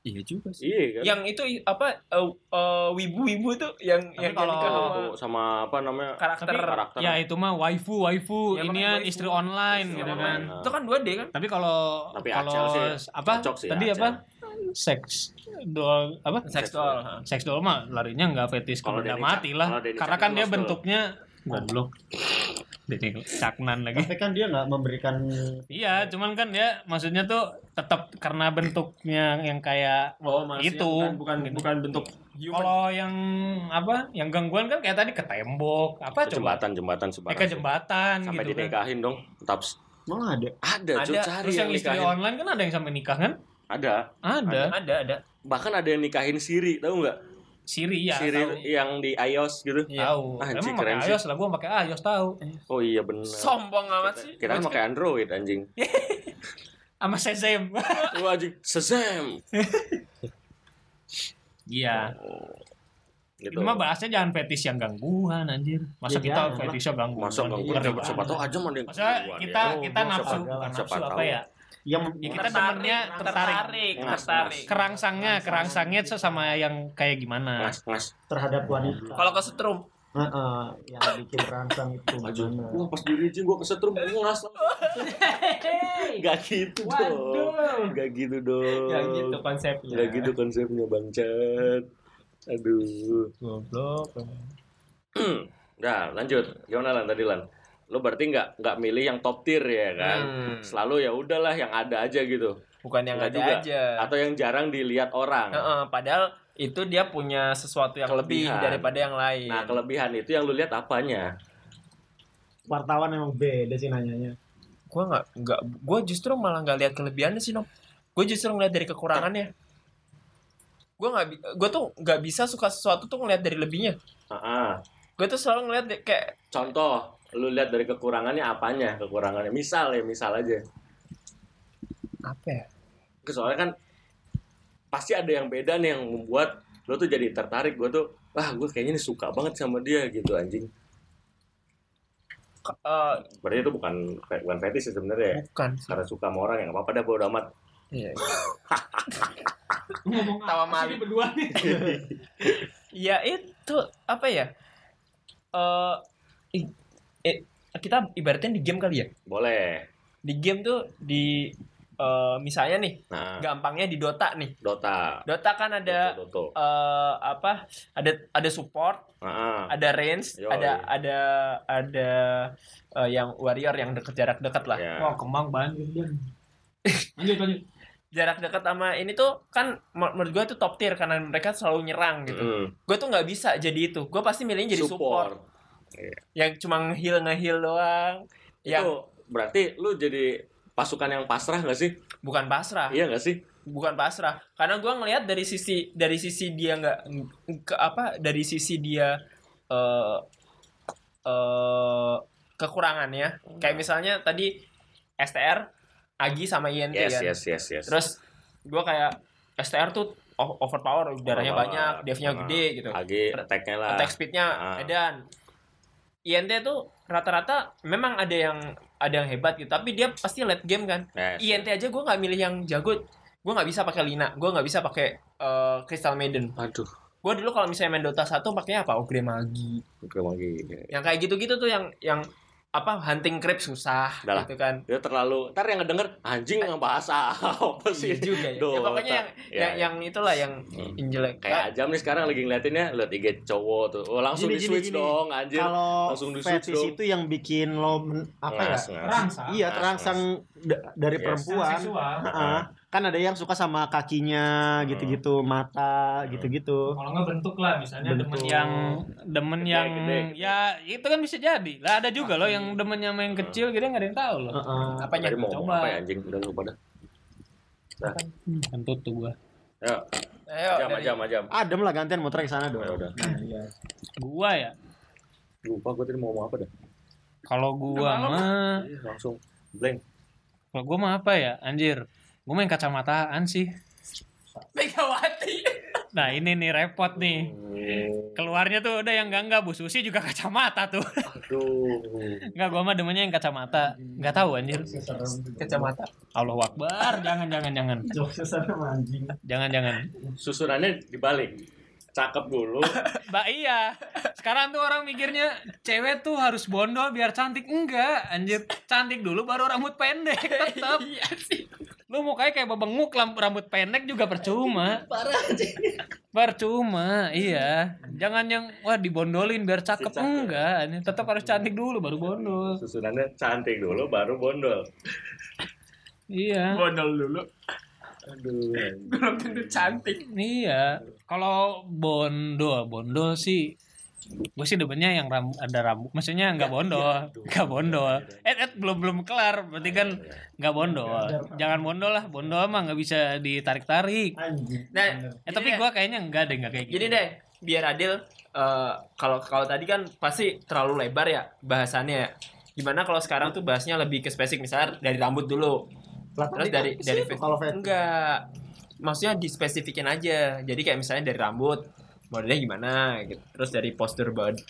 Iya juga sih. Iya kan. Yang itu i- apa eh, eh, wibu-wibu tuh yang Tapi yang kalau- jadi Sama, ke- kan sama apa namanya? karakter Tapi- Karakter. Ya itu mah waifu, waifu, Ya, ini makanya kan waifu. istri online Iya, gitu makanya. kan. Itu kan 2D kan? Tapi kalau Tapi Acel kalau sih ya. apa? cocok sih, tadi Acel. apa? Seks doll apa? Seks doll. Seks doll mah larinya nggak fetis Kalau kalau udah Denny mati Cak- lah. kalau Denny Karena Caknan kan dia lost doll. bentuknya goblok. Denny caknan [laughs] lagi. tapi kan dia nggak memberikan Iya, cuman kan ya maksudnya tuh tetap karena bentuknya yang kayak Oh, maksudnya Gitu. bukan bukan, bukan bentuk human. kalau yang apa yang gangguan kan kayak tadi ke tembok apa coba jembatan jembatan Eh, sebarang. ke jembatan Sampai gitu kan. dinikahin dong. Taps. malah ada Ada, Ada. cuy, Ya, cari Terus yang istri nikahin. online kan ada yang sampai nikah kan? Ada. Ada. ada ada. Bahkan ada yang nikahin Siri, tahu nggak? Siri ya. Siri tahu. Iya. yang di iOS gitu. Tahu. Anjing, Emang keren pakai sih. iOS lah, gua pakai iOS tahu. Oh iya benar. Sombong amat sih. Kita kan pakai Android [laughs] anjing. [laughs] Sama Shazam. Wah anjing, sesem. Ya. Iya. Oh, Gitu. Itu Iya, mah bahasnya jangan fetish yang gangguan anjir. Masa Ya, kita jangan lah. fetishnya gangguan. Masuk Iya, gangguan ngeri siapa, banget. siapa tahu aja mah ada yang Maksudnya gangguan, kita ya. kita Oh, nafsu, siapa tahu, bukan siapa nafsu apa tahu. ya? yang Ya, kita temennya tertarik, tertarik. tertarik, Mas, tertarik. mas. Kerangsangnya, kerangsangnya tuh sama yang kayak gimana? Ngas, ngas. terhadap wanita Kalau ke setrum, Heeh, yang bikin rangsang itu gimana Wah pas dirijing gua kesetrum gua ngas. Gak gitu dong. Gak gitu dong. ya gitu konsepnya. Gak gitu konsepnya bangsat. Aduh. Goblok. Nah, lanjut. Gimana Lan tadi Lan? Lo berarti nggak nggak milih yang top tier ya kan? Hmm. Selalu ya udahlah yang ada aja gitu. Bukan yang Nggak ada juga. aja. Atau yang jarang dilihat orang. Ya. Heeh, padahal itu dia punya sesuatu yang lebih Kelebihan. daripada yang lain. Nah, kelebihan itu yang lu lihat apanya? wartawan emang beda sih nanyanya gue nggak nggak gue justru malah nggak lihat kelebihannya sih Nom. gue justru ngeliat dari kekurangannya gue nggak gue tuh nggak bisa suka sesuatu tuh ngeliat dari lebihnya Heeh. gue tuh selalu ngeliat di- kayak Contoh, lu lihat dari kekurangannya apanya? Kekurangannya misal ya, misal aja. apa ya Soalnya kan pasti ada yang beda nih yang membuat lu tuh jadi tertarik. Gue tuh, wah gue kayaknya ini suka banget sama dia gitu anjing. Ke- eh, Berarti itu bukan bukan fetish ya sebenarnya. ya. bukan Karena suka sama orang yang ya, apa-apa dah bodo amat. [laughs] Ngomong Iya, Tawa apa sih malu. ini berdua nih? [laughs] Ya itu apa ya? Eh i- eh, kita ibaratnya di game kali ya. Boleh. Di game tuh di eh, misalnya nih, Nah, gampangnya di Dota nih. Dota. Dota kan ada Dota. eh, apa? Ada ada support, Heeh. ada range, Yoi. ada ada ada eh, yang warrior yang deket jarak dekat lah. Ya. Oh, Wah, kembang banget gitu, [laughs] dia. Lanjut, lanjut. Jarak dekat sama ini tuh kan mer- menurut gue tuh top tier karena mereka selalu nyerang gitu. Mm. Gue tuh nggak bisa jadi itu. Gue pasti milihnya jadi support. support. yang cuma heal ngeheal doang yang Itu berarti lu jadi pasukan yang pasrah gak sih? bukan pasrah Iya gak sih? bukan pasrah karena gua ngelihat dari sisi dari sisi dia nggak ke apa dari sisi dia eh eh, kekurangannya kayak Iya. misalnya tadi STR Agi sama INT Yes, kan yes, yes, yes. terus gua kayak STR tuh o- overpower Overpower. darahnya banyak devnya Nah, gede gitu Lagi attack-nya lah. attack speednya Ah. edan INT tuh rata-rata memang ada yang ada yang hebat gitu tapi dia pasti late game kan Yes. Iya. INT aja gue nggak milih yang jago gue nggak bisa pakai Lina gue nggak bisa pakai eh, Crystal Maiden Aduh, gue dulu kalau misalnya main Dota 1 pakainya apa Ogre Magi gue lagi. yang kayak gitu-gitu tuh yang yang apa hunting creep susah Udah lah. gitu kan Dia terlalu, ntar yang ngedenger, anjing yang bahasa [laughs] apa Iya sih? juga ya. ya Dota. pokoknya yang, Ya, yang, ya. yang itulah yang Hmm. injelek Kayak Ajam nih sekarang lagi ngeliatinnya, liat IG cowok tuh. Oh, langsung Gini, di gini, switch gini. dong, anjir. Kalau langsung di switch fetish dong. itu yang bikin lo men- apa ya? Ngas, ngas. Perang, Sa. Iya, terangsang da- dari Yes. perempuan. Seksual. Heeh. Kan ada yang suka sama kakinya Hmm. gitu-gitu, mata gitu-gitu. Kalau nggak bentuk lah, misalnya Bentuk. demen yang yang demen Gede, yang gede, Ah. gede. ya itu kan bisa jadi lah ada juga loh yang demen yang main kecil gitu nggak ada yang tahu loh Heeh. apanya Tadi mau ngomong Coba. apa ya anjing? Udah lupa dah. kentut tuh Kan gua Ya, ayo Ajam, dari- Ajam, Ajam. Adem lah gantian muter ke sana dong. Ya udah. iya, gua ya Lupa gue tadi mau ngomong apa dah. kalau gua mah Ih, Langsung blank. kalau gua mah apa ya anjir gua main kacamataan sih Megawati nah ini nih repot Eh. nih keluarnya tuh udah yang enggak enggak bu susi juga [laughs] kacamata tuh Aduh. Enggak, gua mah demennya yang kacamata. Enggak tahu anjir. iya, kacamata Allah Akbar, jangan jangan jangan. jokes sama anjing. Jangan jangan. Susunannya dibalik. Cakep [laughs] dulu. Mbak iya. Sekarang tuh orang mikirnya cewek tuh harus bondol biar cantik. Enggak, anjir. Cantik dulu baru rambut pendek tetap. [laughs] iya sih Lu mukanya kayak babenguk lam- rambut pendek juga percuma. parah aja Percuma, iya. Jangan yang wah dibondolin biar cakep Cakep. enggak. Ini tetap harus cantik dulu baru bondol. Susunannya cantik dulu baru bondol. Iya. modal dulu Aduh. belum tentu cantik Iya. Kalau bondol, bondol sih gue sih demennya yang ram, ada rambut maksudnya Ya, nggak iya, bondol [laughs] nggak bondol eh, eh, belum belum kelar Ah, berarti kan iya. Hmm. nggak bondol jangan bondol lah bondol mah nggak bisa ditarik tarik Anjing. nah eh tapi gini deh. gue kayaknya enggak deh nggak kayak gitu gini deh biar adil eh, kalau kalau tadi kan pasti terlalu lebar ya bahasannya ya. gimana kalau sekarang tuh bahasnya lebih ke spesifik misalnya dari rambut dulu terus dari dari itu kalau fetish. enggak maksudnya dispesifikin aja jadi kayak misalnya dari rambut modelnya gimana gitu terus dari postur bad-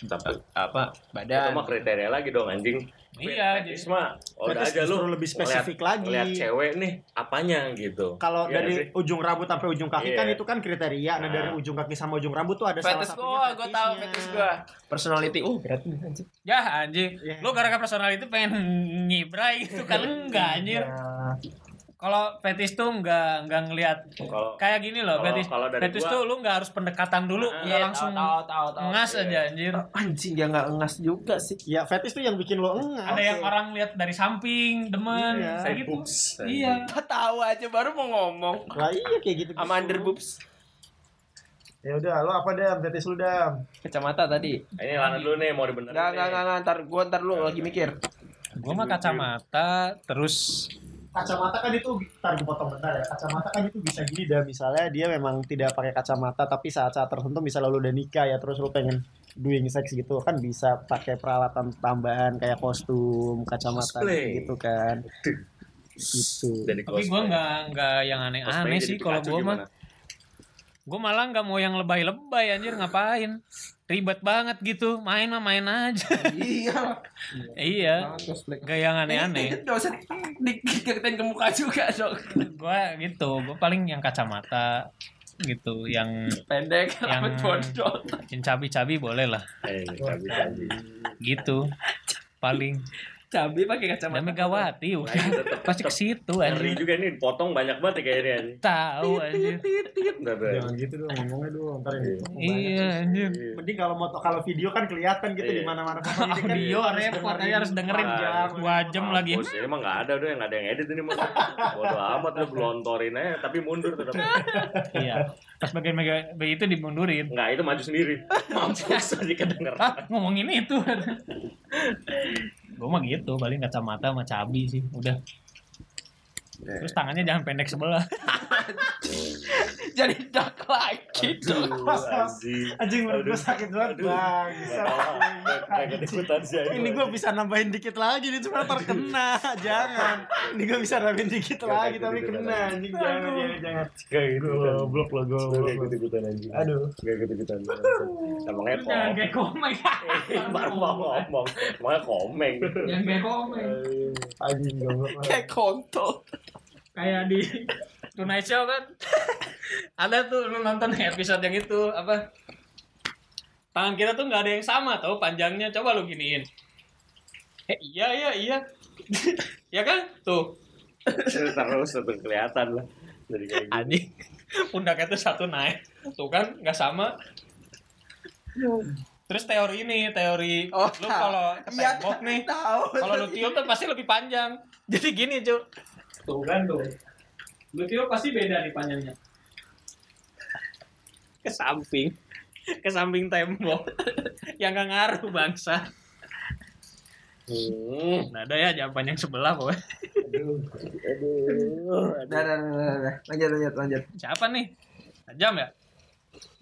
apa Itu badan mah kriteria lagi dong anjing. iya jadi Fetish mah Oh, udah Fetish aja lu justru lebih spesifik lagi. Lihat cewek nih apanya gitu. Kalau Iya dari sih? ujung rambut sampai ujung kaki Iya. kan itu kan kriteria. Nah, Nah. dari ujung kaki sama ujung rambut tuh ada salah Fetish satunya. gua, gua tahu fetishnya. fetish gua. Personality. Uh, berat nih, anjir. ya anjing Iya. lu gara-gara personal itu pengen [laughs] ngibrai gitu [laughs] kan enggak anjir Nah, kalau fetish tuh enggak enggak ngelihat Kalau kayak gini loh Kalau- fetish kalau dari fetish gua- tuh lu enggak harus pendekatan dulu Nah, enggak Iya, langsung tahu, tahu, tahu, tahu. ngas Iya. aja anjir Anjing dia nggak ngas juga sih. Ya, fetish tuh yang bikin lo enggak. ada yang orang lihat dari samping demen Iya. kayak gitu Boobs. iya Kita tahu aja baru mau ngomong Lah iya kayak gitu. sama underboobs Ya udah, lo apa dam? Fetish lu dam. kacamata tadi. Ini lana dulu nih mau dibenerin. Enggak, enggak, nih. enggak, enggak, ntar gua ntar lu lagi mikir. gua mah kacamata terus Kacamata kan itu tar gue potong bentar ya. Kacamata kan itu bisa gini dam. Misalnya dia memang tidak pakai kacamata tapi saat-saat tertentu misalnya lo udah nikah ya terus lo pengen doing sex gitu kan bisa pakai peralatan tambahan kayak kostum, kacamata Cosplay. gitu kan. Gitu. Jadi tapi cosplay. gua nggak nggak yang Cosplay aneh-aneh jadi sih kalau Pikachu gua mah gimana? gua malah nggak mau yang lebay-lebay anjir ngapain ribet banget gitu main mah main aja Iya. [laughs] iya gak yang [laughs] aneh-aneh Gak usah diketin ke muka juga dong. gue gitu gue paling yang kacamata gitu yang Pendek, Yang- rambut bodoh. yang cabi-cabi boleh lah Eh, cabi cabi. gitu paling Cabai dan pakai kacamata. Megawati udah Nah, tetep- pasti ke situ Ngeri anjir juga nih, potong banyak banget ya kayaknya Iya, anjing. tahu anjir Bentar, bentar. Jangan gitu dong ngomongnya dong ntar yang Iya. ngomong banyak. iya anjir Mending kalau mau kalau video kan kelihatan gitu [laughs] Iya. di mana-mana Kalau audio repot aja harus dengerin Parah. dua jam lagi Bos, Iya. ini emang nggak ada udah nggak ada yang edit ini mah. Bodo amat lu gelontorin aja tapi mundur tetap. iya pas bagian mega itu dimundurin Enggak, itu maju sendiri. Mampus aja kedengeran. ah ngomongin itu gue mah gitu paling kacamata sama cabi sih udah terus tangannya jangan pendek sebelah Jadi dark lagi dong. Anjing. Anjing menurut gue Aduh. sakit banget Aduh. bang. Kayak ikutan sih. Ini gue bisa nambahin dikit lagi nih cuma terkena. Jangan. Ini gue bisa nambahin dikit Gak, lagi gak, tapi gak, gak, kena gak. anjing jangan ya, jangan. Kayak gitu. Goblok lo Kayak goblok. ikut-ikutan anjing. Aduh. Kayak ikut-ikutan. Emang epo. Jangan kayak komeng. Eh, Baru mau ngomong. Emangnya komeng. Jangan kayak komeng. Anjing goblok. [laughs] Kayak kontol. Kayak di Tonight Show kan [laughs] ada tuh lu nonton episode yang itu apa tangan kita tuh nggak ada yang sama tau panjangnya coba lu giniin eh, iya iya iya [laughs] ya kan tuh Terus tetap kelihatan lah. Jadi kayak gitu. anjing pundaknya tuh satu naik tuh kan nggak sama terus teori ini teori Oh, lu kalau ke iya, tembok nih Tahu. kalau lu tiup tuh pasti lebih panjang jadi gini cuy tuh kan tuh. Lu tiup pasti beda nih panjangnya. ke samping ke samping tembok [laughs] yang gak ngaruh bangsa Hmm. Nah, ada ya jawaban yang sebelah pokoknya. Nah, nah, nah, nah, nah. Lanjut, lanjut, lanjut. Siapa nih? Jam ya?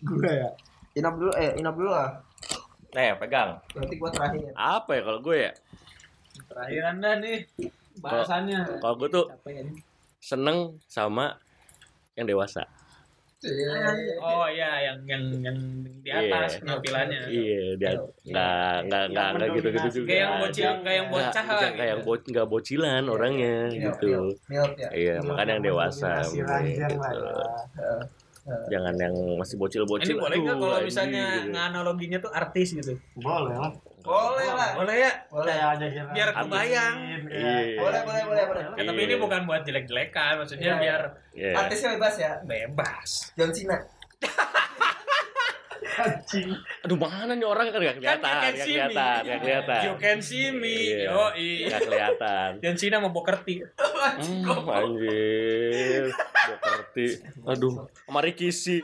Gue ya. Inap dulu, eh, inap dulu lah. Eh, pegang. Nanti gua terakhir. Apa ya kalau gue ya? Terakhir Anda nih. ya Bahasannya. Kalau gue tuh seneng sama yang dewasa. Oh iya, yang yang yang di atas Iya. penampilannya. Iya, dia nggak nggak nggak Iya, nggak gitu gitu juga. Kayak yang bocil, kayak yang Nggak- bocah lah. nggak- nggak yang gitu. bo- nggak bocilan orangnya gitu. Milk ya. Iya, makanya yang dewasa. Masih mungkin, ranjang lah gitu. ya. Jangan yang masih bocil-bocil. Ini boleh nggak aduh, kalau anjing, misalnya gitu. analoginya tuh artis gitu? Boleh lah. Boleh lah. Boleh ya? Boleh. Kayaknya kira. Biar kebayang. Iya. Iya. Boleh, boleh, boleh, boleh. Ya, tapi Iya. ini bukan buat jelek-jelekan, maksudnya Iya. biar Iya. Artisnya bebas ya. bebas. John Cena. Anjing. Aduh, mana nih orang kan nggak kan kelihatan, nggak you can see me. kelihatan, nggak kelihatan. You can see me. Iya. Yoi. Nggak [laughs] kelihatan. Dan Cina mau bokerti. Hmm, anjir. Bokerti. Aduh, mari kisi.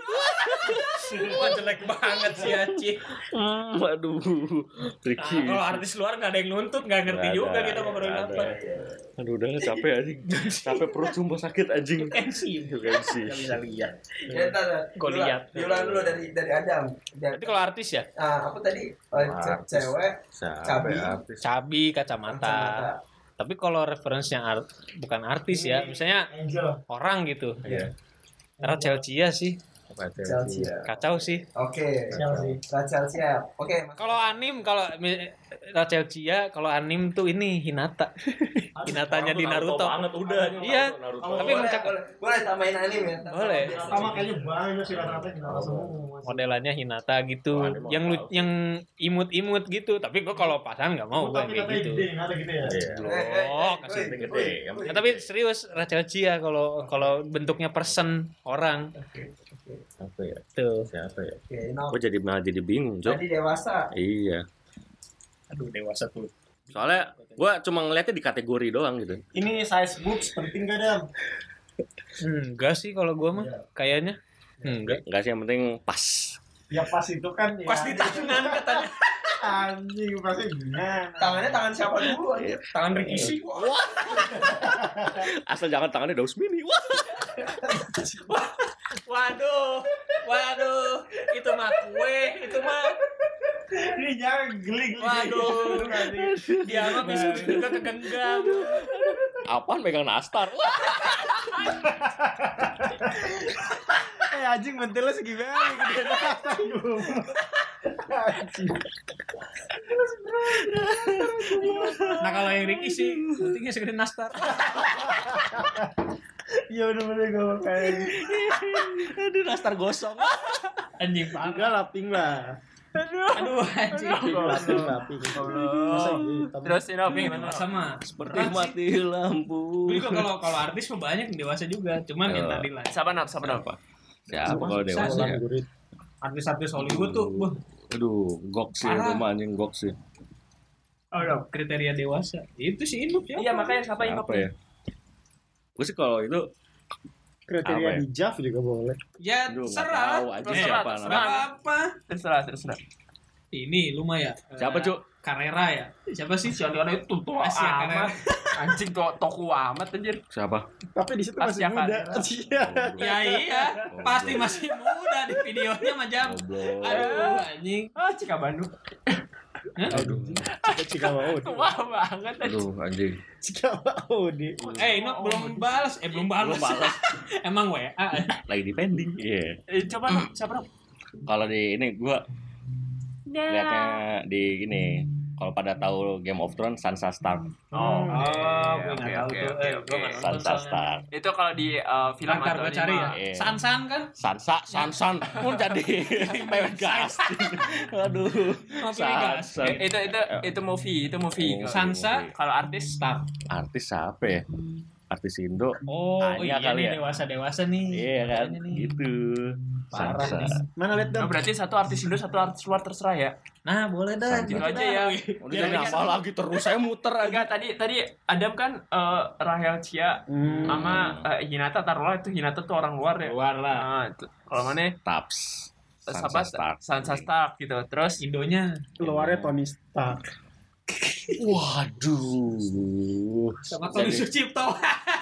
Wah jelek banget sih Aci. Hmm, aduh. Nah, Ricky. kalau artis luar nggak ada yang nuntut, nggak ngerti Iya. Nggak juga ada, kita ngobrolin nggak apa. ada. Aduh udah capek anjing. capek perut sumpah sakit [laughs] anjing. You can see. Iya, Ya, ntar, ntar. Gua Diulang- lihat. Diulang dulu dari dari Adam. Dan, Berarti kalau artis ya, ah, apa tadi? Oh, Nah, ce- Artis. cewek. ya? Cabi. cabi, kacamata. kacamata. Tapi kalau referensinya art, bukan artis ya, misalnya orang gitu. Iya. Karena Chelsea sih, Chelsea. ya. kacau sih. Oke. Chelsea. Nah, Chelsea ya. Oke. Mas. Kalau anim, kalau mi- Rachel Chia, kalau anim tuh ini [laughs] Hinata. Hinatanya di Naruto. banget udah. Iya. Tapi Naruto. Oh, boleh, mencak- boleh, boleh tambahin anime ya. Tambahin Boleh. anime. Sama kayaknya banyak sih rata-rata yang nggak semua. Modelannya Hinata gitu, Oh, anim yang lu, mau tahu. yang imut-imut gitu. Tapi gua kalau pasangan nggak mau gua Tapi kayak katanya gitu. gede, nggak ada gitu ya. Iya. Eh, eh, eh, Oh, woi, kasih gede. Yang woi. Ya, tapi serius Rachel Chia kalau kalau bentuknya person orang Apa ya? tuh. Siapa ya? Oke, nah, Gue jadi malah jadi bingung, Jok. Jadi dewasa. Iya. Aduh dewasa tuh. Soalnya gue cuma ngeliatnya di kategori doang gitu. Ini size boobs penting gak Dam? Enggak sih kalau gua Iya. mah kayaknya. Enggak. Enggak sih yang penting pas. Ya pas itu kan ya. Pas di tangan katanya. [laughs] Anjing pasti gimana? Tangannya tangan siapa dulu aja? Tangan Iya. Rikishi. Asal jangan tangannya daus mini. Wah. Waduh. Waduh. Itu mah kue, itu mah Ini jangan geli geli. Waduh. dia mah bisa juga kegenggam. Apaan pegang nastar? Wah. Eh anjing bentilnya segini aja gede banget. Nah kalau yang Ricky sih pentingnya segede nastar. Iya bener-bener gue kayak gitu. Aduh, nastar gosong. Anjing banget. Enggak lah, pink lah. Aduh anjing. Iya, Pink lah, pink lah, pink. Masa gitu? Terus ini apa gimana? Dewasa mah Seperti mati lampu. Tapi kok kalau kalau artis mah banyak yang dewasa juga, cuman yang Iya. tadi lah. Sabar nap, sabar nap. Siapa kalau dewasa Orang ya? gurit. Artis-artis Hollywood tuh, wah, Aduh, gok sih itu Parah. mah anjing gok sih. aduh, Oh, kriteria dewasa. Itu sih induk ya. Iya makanya siapa yang Apa ya? Gue sih kalau itu Kriteria Apa ya? di Jav juga boleh. Ya aduh nggak tahu serah. aja Terserah, siapa terserah. Serah apa? Terserah, terserah. Ini lumayan. Siapa, Eh. Cuk? Carrera ya. Siapa sih? ya, Si Aliana itu tua Asia Carrera. amat. Anjing tua toku amat anjir. [laughs] Siapa? Tapi di situ Pas masih Jakarta. muda. Iya. Ya iya, Oh, pasti masih muda di videonya mah jam. Goblok. Aduh anjing. Ah, Cika Bandung. Aduh. Cika mau. [laughs] Tua banget anjing. Aduh, anjing. Cika mau di. Eh, ini belum balas. Eh, belum balas. Belum balas. [laughs] Emang eh, WA. Lagi di pending. Iya. Eh, coba Nap, siapa Nap? Kalau di ini gua lihatnya di gini. Kalau pada tahu Game of Thrones Sansa Stark. Hmm. Oh, gue oke, nggak tahu oke, tuh. Eh, oke, oke. gue nggak nonton Sansa soalnya. Stark. Itu kalau di eh, film Ntar gue di cari ya. ma- Iya. Sansan kan? Sansa, Sansan pun jadi [laughs] pewek gas. Aduh. Mau pilih gas. Eh, Sansan. Itu itu itu movie, itu movie. Oh. Sansa Kalau artis Stark. Artis siapa ya? Artis Indo. Oh, Tanya iya kali nih ya. dewasa-dewasa nih. Iya kan? Tanya nih. Gitu. Parah. Sansa. Mana lihat Oh, dong. berarti satu artis Indo, satu artis luar terserah ya. Nah, boleh dah. Sansan. Gitu Gitu aja dah. ya. Udah jangan apa lagi terus saya muter kan? aja. Enggak, tadi tadi Adam kan eh, Rahel Chia Hmm. sama eh, Hinata taruhlah itu Hinata tuh orang luar ya. Keluar lah. Nah, itu- kalau mana eh, Taps. siapa? Sansa Stark. Sansa Stark gitu. Terus Indonya. Luarnya Tony Stark. Waduh. Sama Tony Jadi- Sucipto.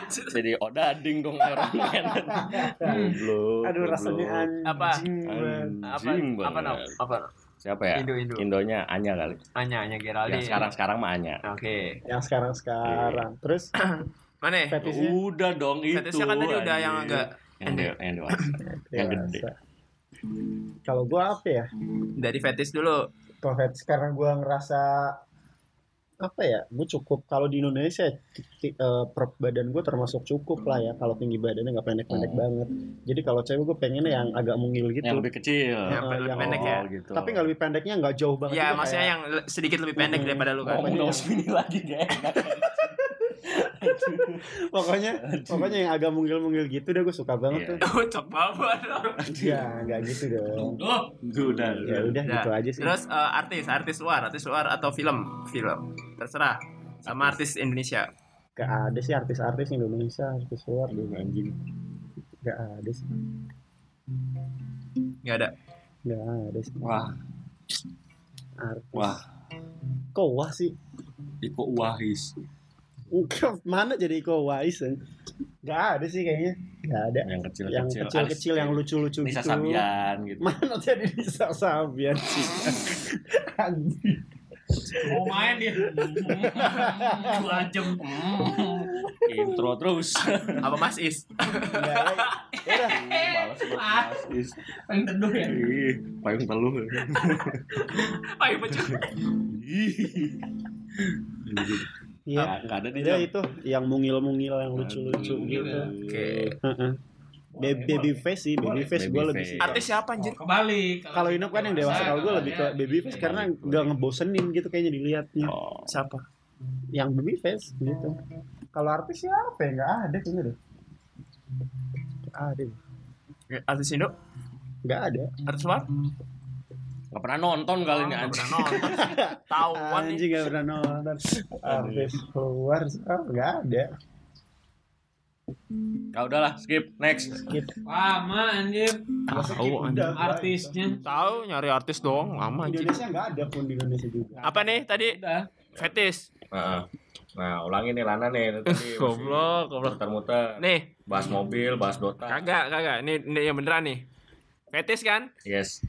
Jadi odading dong [laughs] Iron Man. Goblok, Aduh goblok. rasanya Apa? anjing. banget. apa Anjing apa banget. Nap? apa Siapa ya? Indo Indo. Indonya Anya kali. Anya Anya Ya, Geraldine. sekarang sekarang mah Anya. Oke. Yang sekarang sekarang. Terus Mana? ya? fetisnya Udah dong itu. Fetisnya kan tadi udah yang gitu, anjing. agak yang, de- yang [laughs] dewasa. yang gede. dewasa. Iya, Kalau gua apa ya? dari fetis dulu. Kalau fetis karena gua ngerasa apa ya? Gua cukup kalau di Indonesia ti- ti- eh, per badan gua termasuk cukup lah ya. Kalau tinggi badannya nggak pendek-pendek Hmm. banget. Jadi kalau cewek gua pengennya yang agak mungil gitu. Yang lebih kecil. Yang Eh, lebih yang- pendek ya. Gitu. Tapi nggak lebih pendeknya nggak jauh banget. gitu. Ya juga maksudnya kayak- yang le- sedikit lebih pendek Hmm. daripada lu kan. [laughs] Ngomong Pokoknya- Daus Mini lagi gak Iya. enak. pokoknya pokoknya yang agak mungil-mungil gitu deh gue suka banget Iya. tuh. Oh, Cok banget. Ya nggak gitu dong. Oh. Duh, Duh, udah. Ya udah Nah, gitu aja sih. Terus eh, artis, artis luar, artis luar atau film, film. Terserah. Sama artis Indonesia. Gak ada sih artis-artis Indonesia artis luar Aduh, anjing. gak ada sih. Gak ada. Gak ada sih. Wah, Artis. wah. Kok wah sih? Iko Wahis. Enggak, mana jadi Iko Uwais? Gak ada sih kayaknya. Gak ada. Yang Yang kecil-kecil. kecil-kecil, yang lucu-lucu gitu. Nisa Sabian [laughs] gitu. Mana jadi Nisa Sabian sih? Anjing. mau main dia. Dua jam. Intro [laughs] terus. Apa Mas Is? Gak ada. Udah. Males banget, Mas Is. Pengen teduh ya. Ih, payung teluh. Ayo pecah. Ih. Iya. Nggak- nggak ada di Udah itu yang mungil-mungil, yang lucu-lucu gitu. ya. Oke. Heeh. Ba- baby face sih, baby face gue Baby lebih face. suka. Artis siapa anjir? Kebalik. Kalau Inop kan yang dewasa, kalau gue lebih ke ya. baby face karena gak ngebosenin gitu kayaknya dilihatnya. Oh. Siapa? Yang baby face gitu. Kalau artis siapa ya? Gak ada kayaknya deh. Nggak Ada. ya? Artis Indo? Gak ada. Artis luar? Nggak pernah nonton kali ini Nggak anjing. pernah nonton. Tauan nih. Anjing gak pernah nonton. Artis keluar, oh, gak ada. Nah, udahlah, skip next. Wah, mah anjir. Tahu anjing. Udah, Artisnya. Tahu nyari artis doang lama anjing. Indonesia gak ada pun di Indonesia juga. Apa nih tadi? Udah. Fetis. Nah, nah ulangin nih Lana nih [laughs] tadi. Goblok, goblok. Muter-muter. Nih, Bahas mobil, bahas Dota. kagak, kagak. Nih, nih yang beneran nih. Fetis kan? Yes.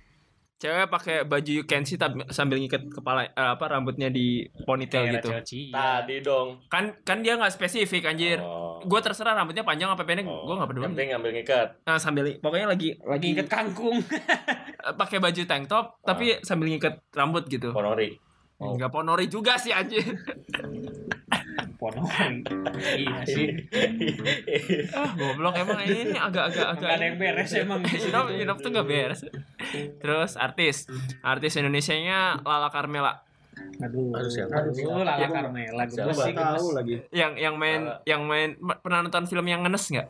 cewek pakai baju you can see tapi sambil ngikat kepala eh, apa rambutnya di ponytail gitu Tadi dong. kan kan dia nggak spesifik anjir Oh. gue terserah rambutnya panjang apa pendek Oh. gue nggak peduli Yang penting ngambil ngikat. nah, sambil pokoknya lagi lagi inget kangkung eh, pakai baju tank top tapi sambil ngikat rambut gitu Ponori. Oh. nggak ponori juga sih anjir ponokan iya sih ah goblok emang ini agak-agak agak Nggak ada yang beres emang di sini [laughs] Inov, tuh. Inov tuh nggak beres terus artis artis Indonesia nya Lala Carmela aduh Aduh, siapa? aduh lala Carmela gue Siapa? sih tahu lagi. yang yang main Lala. yang main pernah nonton film yang ngenes nggak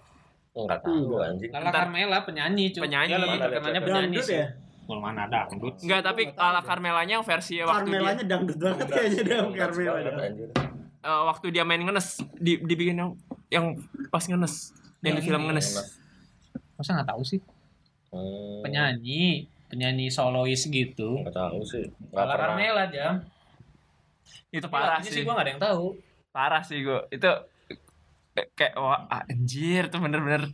Oh, Enggak tahu anjing. Lala Ntar- kan- Carmela penyanyi cuy. Dia Penyanyi. lebih Mana ada terkenalnya cewek? penyanyi Dangdut sih. ya? Kalau mana ada dangdut nggak tapi Lala Carmelanya yang versi waktu dia Carmelanya dangdut banget kayaknya dong Carmela. Banget, anjir. eh, waktu dia main ngenes di, dibikin yang yang pas ngenes yang di film ngenes Masa nggak tahu sih? Hmm, Penyanyi, penyanyi solois gitu. Enggak tahu sih. Enggak Lala pernah. Carmela jam. itu Tapi parah lagunya sih Iya, gua nggak ada yang tahu. parah sih gue itu eh, kayak wah ah, anjir tuh bener-bener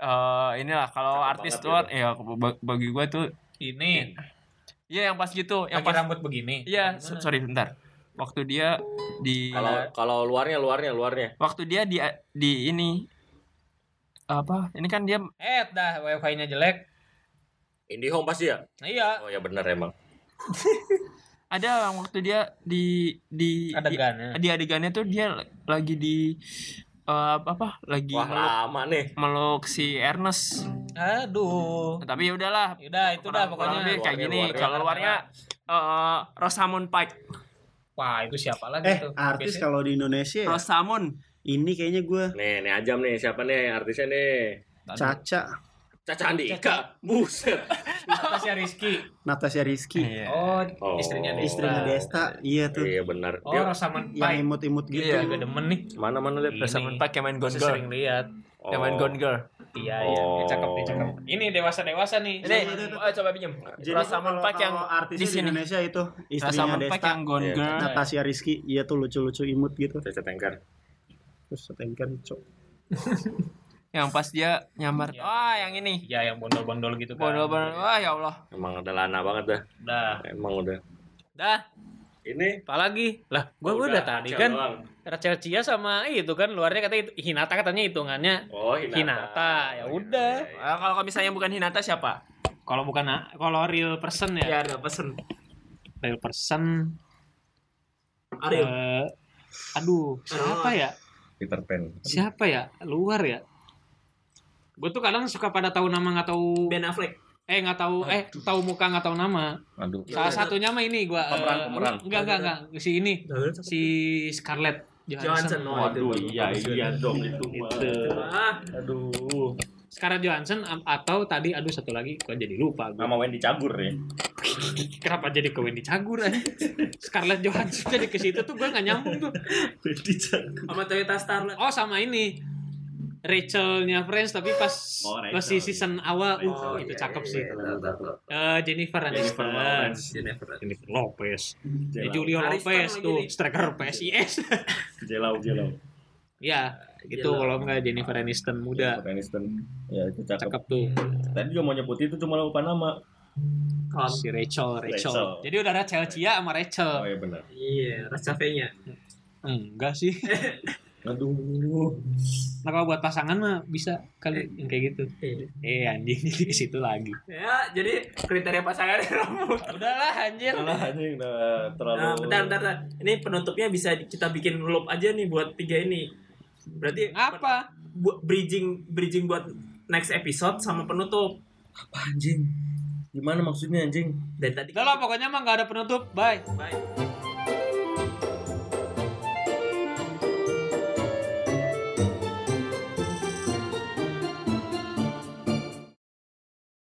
eh inilah kalau Cakep artis banget luar ya ba- bagi gue tuh Ini Iya yang pas gitu, yang yang pas. rambut begini. Iya, so- sorry bentar. Waktu dia di Kalau iya. kalau luarnya luarnya luarnya. waktu dia di di ini apa? Ini kan dia Eh, dah wifi-nya jelek. Indihome pasti ya? Nah, iya. Oh ya benar emang. ada yang waktu dia di di di, Adegannya. di adegannya tuh dia lagi di eh, apa apa lagi Wah meluk, lama nih. meluk si Ernest. Aduh. Tapi ya udahlah. Udah itu dah kurang- kurang pokoknya. lebih kayak Luarnya, gini. luarnya. Kalau luarnya eh Rosamund Pike. Wah, itu siapa lagi Eh, tuh? artis Biasanya- kalau di Indonesia ya, Rosamund. ini kayaknya gue Nih nih ajam nih siapa nih artisnya nih? Caca, Caca Andika. Buset. Tasya Rizky. Natasha Rizky, Iya. Oh, Oh. istrinya Desta. istrinya Desta, iya tuh. Iya benar. Oh, Dia Rosamund Yang Pike. imut-imut gitu. Iya. Juga demen nih. mana mana Oh, lihat Rosamund Pike yang main Gone Gue Girl. Oh. sering lihat. Yang main Gone Girl. Iya, iya. Dia Cakep, dia cakep. Ini dewasa-dewasa nih. Ini, eh, coba pinjem. Jadi Rosamund kalau- Pike yang kalau di artisnya di sini. Indonesia itu istrinya Rosamund Pike Desta, yang Gone Iya. Girl. Natasha Rizky, iya tuh lucu-lucu imut gitu. Caca Tengkar. Terus setengker cok. Yang pas dia nyamar. Iya. Wah, Oh, yang ini. Iya, yang bondol-bondol gitu kan. Bodoh-bodoh. Wah, ya Allah. Emang udah lana banget dah. Dah. Emang udah. Dah. Ini Apalagi? Lah, gua gua udah tadi kan Rachel Chia sama itu kan luarnya katanya itu- Hinata katanya hitungannya. Oh, Hinata. Oh, Hinata, ya udah. Eh, kalau misalnya bukan Hinata siapa? Iya, Kalau bukan ah, kalau real person ya, ada pesen. real person. Ariel. eh, aduh, siapa ya? Peter Pan. Siapa ya? Luar ya? Gue tuh kadang suka pada tahu nama nggak tahu Ben Affleck. eh nggak tahu eh tahu muka nggak tahu nama. Aduh. Salah satunya mah ini gua eh, Pemeran, pemeran. Enggak enggak enggak si ini si Scarlett Johansson. Johansson. Oh, itu. iya iya dong itu. Ah, Aduh. Scarlett Johansson am- atau tadi aduh satu lagi kok jadi lupa gua. Nama Wendy Cagur ya. Kenapa jadi ke Wendy Cagur aja? [laughs] Scarlett Johansson jadi ke situ tuh gua nggak nyambung tuh. sama Toyota Starlet. Oh sama ini Rachelnya Friends tapi pas Oh, Rachel. pas di season awal Rachel, uh, itu iya, cakep iya, sih. iya, Eh, Jennifer Aniston, Jennifer. Jennifer Lopez, Eh, Jelau, Julio Aniston Lopez lagi tuh nih. striker PSIS. Iya. jelau, jelau. [laughs] ya itu Gila. kalau nggak Jennifer Aniston muda Jennifer Aniston. Ya itu Iya, cakep. cakep tuh Hmm. Tadi juga mau nyebut itu cuma lupa nama. si Rachel, Rachel. Rachel. Jadi udah Rachel Cia Oh sama Rachel. iya benar. Iya, Rasa V-nya. Enggak sih. Aduh. Nah kalau buat pasangan mah bisa kali yang kayak gitu. Iya. Eh anjing [laughs] jadi ke situ lagi. Ya, jadi kriteria [laughs] pasangan rambut. Udahlah anjir. Alah anjing udah terlalu. Nah, bentar, bentar, bentar. Ini penutupnya bisa di- kita bikin loop aja nih buat tiga ini. Berarti Apa? bu- bridging bridging buat next episode sama penutup. Gimana maksudnya anjing? Dan tadi Udah lah pokoknya mah nggak ada penutup. Bye. Bye.